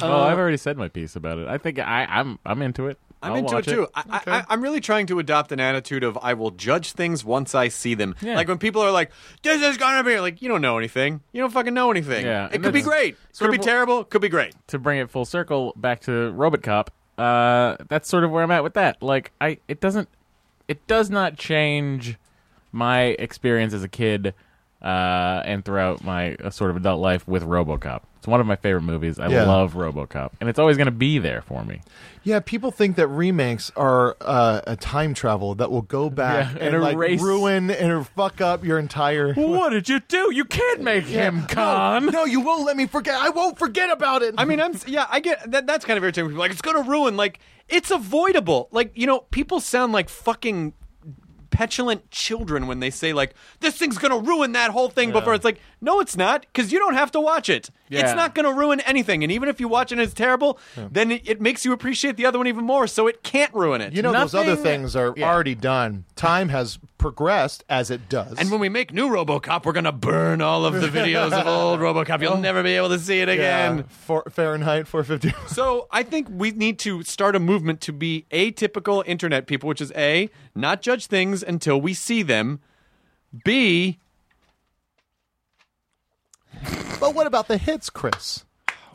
oh, I've already said my piece about it. I think I, I'm I'm into it.
I'm
I'll
into it
watch
too. I, I, I'm really trying to adopt an attitude of I will judge things once I see them.
Yeah.
Like when people are like, "This is gonna be like," you don't know anything. You don't fucking know anything.
Yeah,
it
and
could be
that's
great. Could
sort of
be
what-
terrible. Could be great.
to bring it full circle back to RoboCop, uh, that's sort of where I'm at with that. Like, I it doesn't, it does not change my experience as a kid uh, and throughout my uh, sort of adult life with RoboCop. It's one of my favorite movies. I
Yeah.
love RoboCop, and it's always going to be there for me.
Yeah, people think that remakes are uh, a time travel that will go back
Yeah,
and,
and
like
erase-
ruin and fuck up your entire.
What did you do? You can't make him con.
No, you won't let me forget. I won't forget about it.
I mean, I'm yeah, I get that. That's kind of irritating. People are like it's gonna ruin. Like it's avoidable. Like you know, people sound like fucking petulant children when they say like this thing's gonna ruin that whole thing before it's like no it's not because you don't have to watch it it's
Yeah.
not gonna ruin anything and even if you watch it and it's terrible then it, it makes you appreciate the other one even more so it can't ruin it
you know those other
nothing-
things are
yeah.
already done. Time has progressed as it does.
and when we make new robocop we're gonna burn all of the videos of old robocop you'll never be able to see it
Oh. Yeah,
again
for- Fahrenheit 450.
So I think we need to start a movement to be atypical internet people, which is A, not judge things until we see them. B,
but what about the hits, Chris?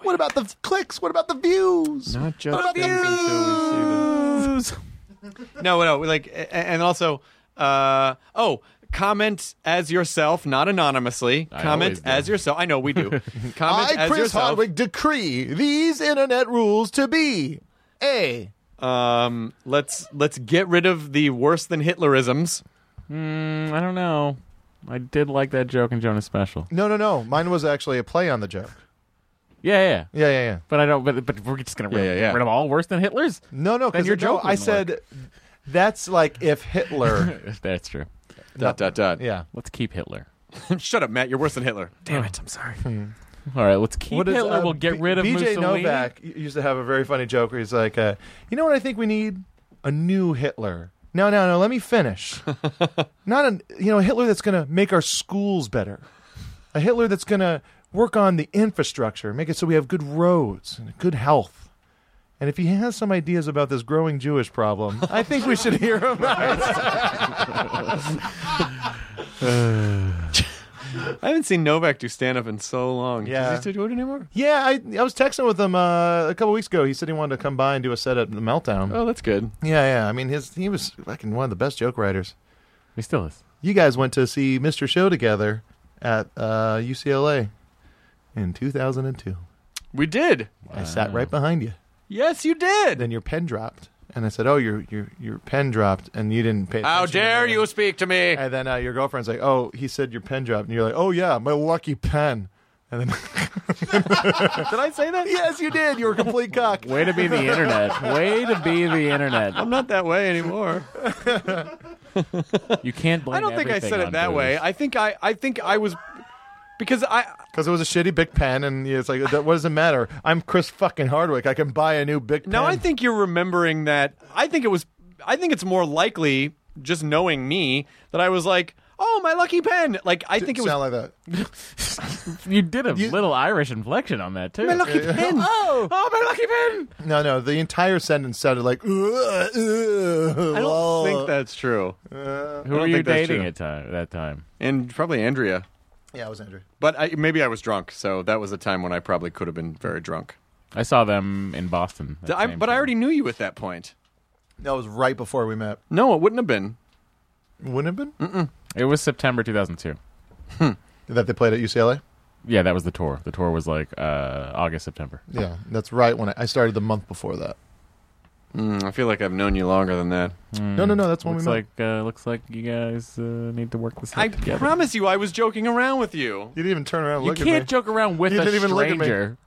What about the clicks? What about the views?
not judge things until we see them. No, no, like, a- and also, uh, oh, Comment as yourself, not anonymously.
I
Comment
always do.
as yourself. I know we do. Comment
I,
as
Chris
yourself.
Hardwick, decree these internet rules to be a.
Um, let's let's get rid of the worse than Hitlerisms.
Mm, I don't know. I did like that joke in Jonas Special.
No, no, no. Mine was actually a play on the joke.
Yeah, yeah,
yeah, yeah, yeah.
But I don't. But but we're just gonna rid,
Yeah, yeah, yeah.
get rid of all worse than Hitler's.
No, no,
Then
because
your
your
joke
joke. I
wouldn't
said that's like if Hitler.
That's true.
Dot dot dot.
Yeah.
Let's keep Hitler.
Shut up, Matt. You're worse than Hitler. Damn it. I'm sorry.
Hmm. All right, let's keep
What is,
Hitler.
uh,
we'll get
B-
rid of
BJ
Mussolini.
Novak used to have a very funny joke where he's like, uh, "You know what I think we need? A new Hitler." No, no, no. Let me finish. Not a you know a Hitler that's going to make our schools better. A Hitler that's going to work on the infrastructure, make it so we have good roads and good health. And if he has some ideas about this growing Jewish problem, I think we should hear him out.
I haven't seen Novak do stand up in so long.
Yeah.
Does he do it anymore?
Yeah, I, I was texting with him uh, a couple weeks ago. He said he wanted to come by and do a set at the Meltdown.
Oh, that's good.
Yeah, yeah. I mean, his he was fucking one of the best joke writers.
He still is.
You guys went to see Mr. Show together at uh, UCLA in 2002.
We did.
I sat right behind you.
Yes, you did.
Then your pen dropped, and I said, "Oh, your your your pen dropped," and you didn't pay.
How
attention.
dare you speak to me?
And then uh, your girlfriend's like, "Oh, he said your pen dropped," and you're like, "Oh yeah, my lucky pen." And then
Did I say that?
Yes, you did. You were a complete cock.
Way to be the internet. Way to be the internet.
I'm not that way anymore.
You can't blame.
I don't think I
everything
said it
on
that
booze.
way. I think I, I think I was because I
because it was a shitty big pen, and it's like, that- what does it matter? I'm Chris fucking Hardwick. I can buy a new big pen.
now I think you're remembering that. I think it was. I think it's more likely just knowing me that I was like, oh, my lucky pen. Like I think it was
sound like that.
You did a little Irish inflection on that too.
My lucky pen.
Oh, oh, my lucky pen.
No, no, the entire sentence sounded like. "Ugh, ugh,
I
lol."
don't think that's true. I
Who
don't
were you
think that's
dating
true.
at time, that time?
And probably Andrea.
Yeah, it was Andrew.
But I, maybe I was drunk, so that was a time when I probably could have been very drunk.
I saw them in Boston. that
I-
same
but I
time.
already knew you at that point.
That was right before we met.
No, it wouldn't have been.
Wouldn't have
Mm.
been?
It was September 2002.
That they played at UCLA?
Yeah, that was the tour. The tour was like uh, August, September.
Yeah, that's right when I, I started the month before that.
Mm, I feel like I've known you longer than that.
No, no, no, that's when we
looks
met.
like uh, looks like you guys uh, need to work this out
I
together.
promise you, I was joking around with you.
You didn't even turn around and
you
look
can't
at me.
joke around with
You
a
didn't even look at me.
stranger.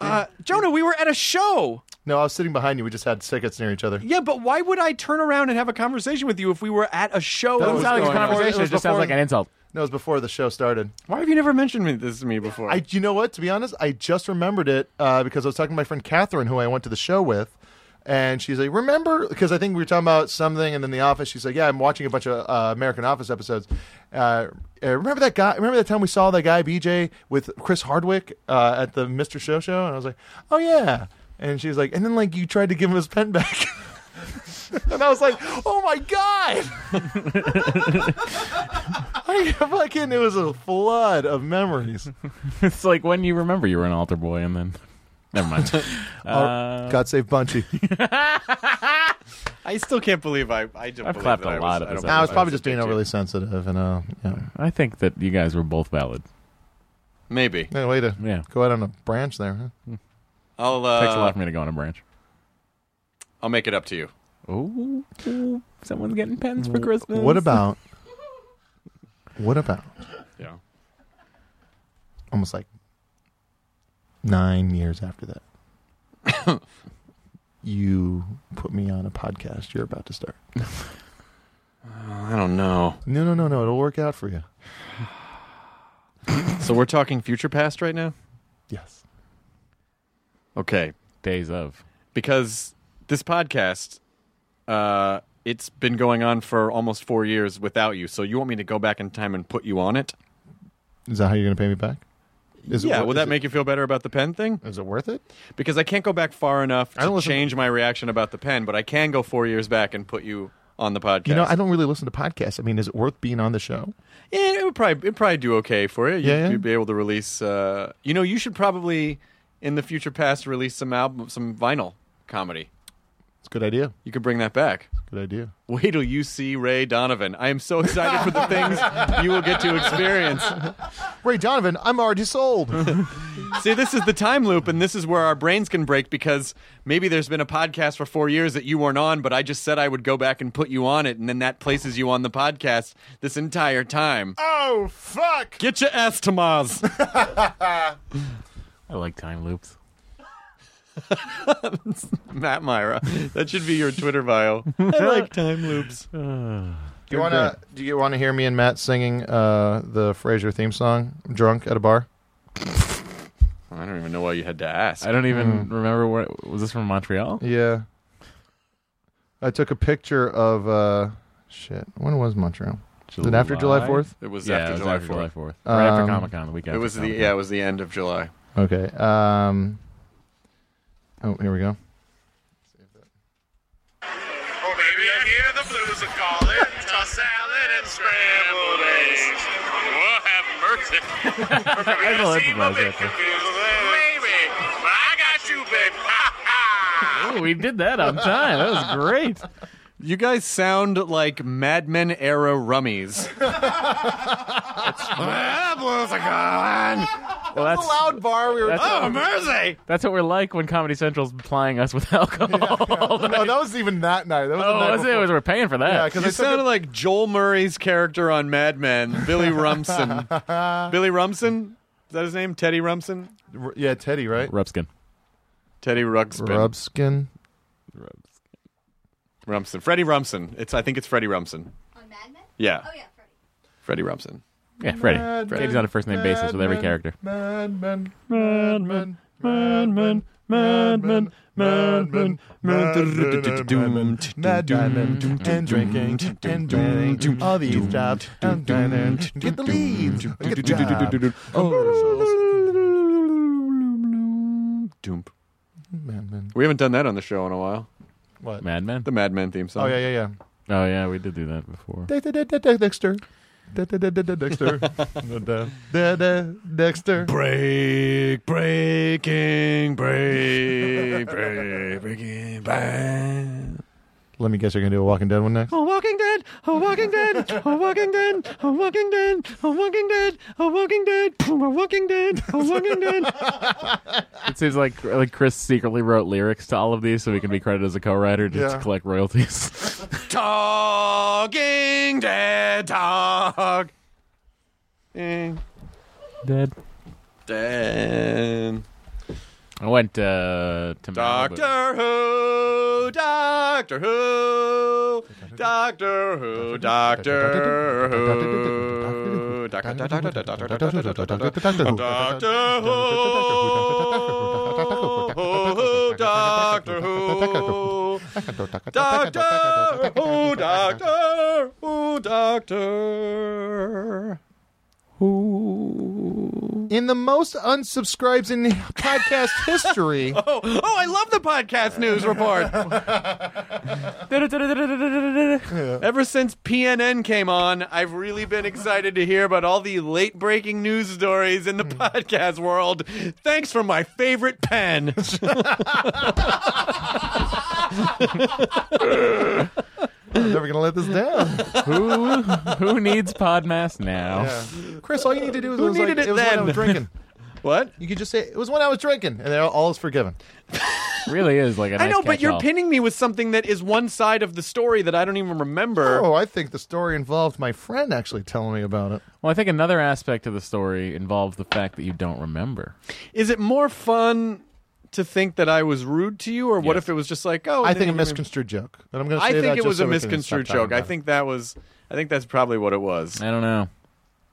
Uh, Jonah, we were at a show.
No, I was sitting behind you. We just had tickets near each other.
Yeah, but why would I turn around and have a conversation with you if we were at a show?
That
that
was
was
not like a
going on?
conversation, it was
just sounds
before-
like an insult.
No, it was before the show started.
Why have you never mentioned me- this to me before?
I, you know what? To be honest, I just remembered it uh, because I was talking to my friend Catherine, who I went to the show with, and she's like, "Remember?" Because I think we were talking about something, and then The Office. She's like, "Yeah, I'm watching a bunch of uh, American Office episodes. Uh, uh, remember that guy? Remember that time we saw that guy BJ with Chris Hardwick uh, at the Mister Show show?" And I was like, "Oh yeah." And she's like, "And then like you tried to give him his pen back." And I was like, "Oh my god!" I fucking it was a flood of memories.
it's like when you remember you were an altar boy, and then never mind.
Oh, God save Bunchy.
I still can't believe I. I don't
I've
believe
clapped
that
a
I was-
lot of
I don't
his
believe
I was probably
a
just being
dick to you.
overly sensitive and uh yeah.
I think that you guys were both valid.
Maybe
Hey, way to
Yeah.
go out on a branch there, huh?
I'll.
Takes a
Uh,
lot for me to go on a branch.
I'll make it up to you.
Oh, someone's getting pens for Christmas.
What about what about
Yeah.
almost like nine years after that? you put me on a podcast you're about to start.
I don't know.
No no no no, it'll work out for you.
So we're talking future past right now.
Yes.
Okay,
Days of.
because this podcast, uh, it's been going on for almost four years without you. So you want me to go back in time and put you on it?
Is that how you're gonna pay me back? Is
yeah.
wor-
Would
is
that make you feel better about the pen thing?
it, is it worth it?
Because I can't go back far enough
I don't
to
listen-
change my reaction about the pen, but I can go four years back and put you on the podcast.
You know, I don't really listen to podcasts. I mean, is it worth being on the show?
Yeah, it would probably it'd probably do okay for you. You'd,
Yeah, yeah.
you'd be able to release. Uh, you know, you should probably in the future past release some album, some vinyl comedy.
It's a good idea.
You could bring that back.
Good idea.
Wait till you see Ray Donovan. I am so excited for the things you will get to experience.
Ray Donovan, I'm already sold.
See, this is the time loop, and this is where our brains can break because maybe there's been a podcast for four years that you weren't on, but I just said I would go back and put you on it, and then that places you on the podcast this entire time.
Oh, fuck!
Get your ass to Mars.
I like time loops.
Matt Myra. That should be your Twitter bio. I like time loops.
Do you want to? Do you want to hear me and Matt singing uh, the Frasier theme song drunk at a bar?
I don't even know why you had to ask.
I don't even remember what was this from Montreal.
Yeah. I took a picture of uh, shit. When was Montreal? Was it after July Fourth?
It was
Yeah,
after
it was
July
after July
4th.
4th. Right after
Um,
Comic-Con, the week
It
after
was the
Comic-Con.
yeah, it was the end of July.
Okay. Um. Oh, here we go.
Oh, baby, I hear the blues are calling. Toss salad and scrambled eggs. Well, have mercy.
I don't recognize that thing.
Maybe, but I got you, baby.
Oh, we did that on time. That was great.
You guys sound like Mad Men era rummies.
Well, that's
loud bar we were.
That's-
oh,
mercy!
that's what we're like when Comedy Central's plying us with alcohol.
no, that was even that night. That was the
oh,
night
was it?
before.
It was- we're paying for that.
Yeah, 'cause
You sounded like Joel Murray's character on Mad Men, Billy Rumsen. Billy Rumsen? Is that his name? Teddy Rumsen?
R- yeah, Teddy, right?
Rubskin.
Teddy Ruxpin.
Rubskin.
Rumsen. Freddie Rumsen. It's I think it's Freddie Rumsen.
On Mad Men?
Yeah.
Oh, yeah, Freddy.
Freddie Rumsen.
Yeah, Freddie.
Mad
Freddie's on a first name basis with every character.
Madman,
Madman,
madman, madman, madman, madman, madman, and drinking, and drinking, all these jobs, and dining, get the leads, get the Oh, job.
Doomp.
Madman.
We haven't done that on the show in a while.
What?
Mad Men.
The Mad Men theme song.
Oh, yeah, yeah, yeah.
Oh yeah, we did do that before.
Da- da- da- da- da- Dexter. Da- da- da- da- da- Dexter. Da- da- da- da- Dexter.
Break, breaking, break, break, breaking, bang.
Let me guess you're going to do a Walking Dead one next?
Oh, Walking Dead, oh, Walking Dead, oh, Walking Dead, oh, Walking Dead, oh, Walking Dead, oh, Walking Dead, oh, Walking Dead, oh, Walking Dead.
It seems like like Chris secretly wrote lyrics to all of these so he can be credited as a co-writer just
Yeah.
to collect royalties.
Talking Dead, talk. Dead.
Dead. I went uh, to Malibu.
Doctor Who, Doctor Who, Doctor Who, Doctor Who, Doctor Who, Doctor Who, Doctor Who, Doctor Who, Doctor Who.
In the most unsubscribes in podcast history.
Oh, oh, I love the podcast news report. Ever since PNN came on, I've really been excited to hear about all the late breaking news stories
Hmm.
in the podcast world. Thanks for my favorite pen.
I'm never gonna let this down.
who who needs Podmas now?
Chris, all you need to do is
Who
it was like,
needed it
it was when I
then?
was drinking.
what?
You could just say it was when I was drinking, and all all is forgiven.
Really is like a
I
nice
know, but you're
catch-all.
pinning me with something that is one side of the story that I don't even remember.
Oh, I think the story involved my friend actually telling me about it.
Well, I think another aspect of the story involves the fact that you don't remember.
Is it more fun to think that I was rude to you, or what
Yes.
if it was just like, oh,
I
they
think a
didn't even-
misconstrued joke, and I'm gonna. Say
I
that
think it
just
was
so
a
we can stop
misconstrued
talking
joke. I
about it.
think that was. I think that's probably what it was.
I don't know.
I
I don't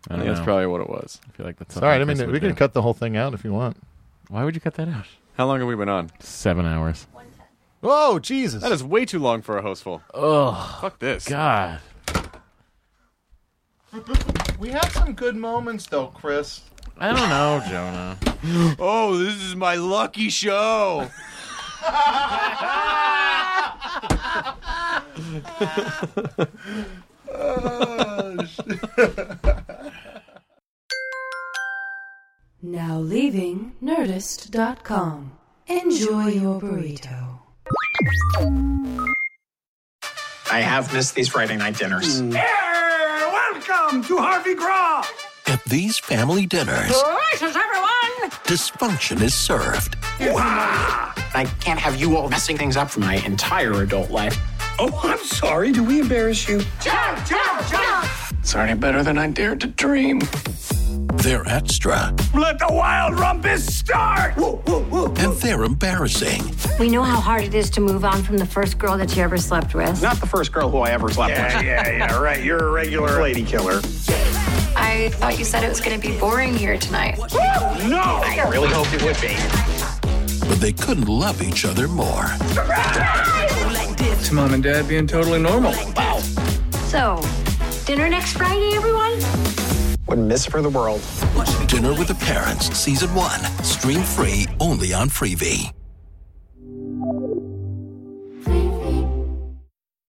think
know.
that's probably what it was.
I feel like that's
Sorry, I
something
mean
Chris
we
would
can
do.
cut the whole thing out if you want.
Why would you cut that out?
How long have we been on?
Seven hours.
Oh Jesus!
That is way too long for a hostful.
Oh
Fuck this.
God.
we have some good moments though, Chris.
I don't know, Jonah.
Oh, this is my lucky show.
Now leaving Nerdist.com. Enjoy your burrito.
I have missed these Friday night dinners.
welcome to Harvey Gras.
At these family dinners,
Delicious, everyone.
dysfunction is served.
I can't have you all messing things up for my entire adult life. Oh, I'm sorry. Do we embarrass you?
Jump, jump, jump.
It's already better than I dared to dream.
They're extra,
Let the wild rumpus start.
and they're embarrassing.
We know how hard it is to move on from the first girl that you ever slept with.
Not the first girl who I ever slept
Yeah,
with.
yeah, yeah,
right. You're a regular lady killer.
I thought you said it was going to be boring here tonight.
No! I really hope it would be.
But they couldn't love each other more.
It's mom and dad being totally normal. Wow.
So, dinner next Friday, everyone?
Wouldn't miss it for the world.
Dinner with the Parents, Season 1, stream free only on Freevee.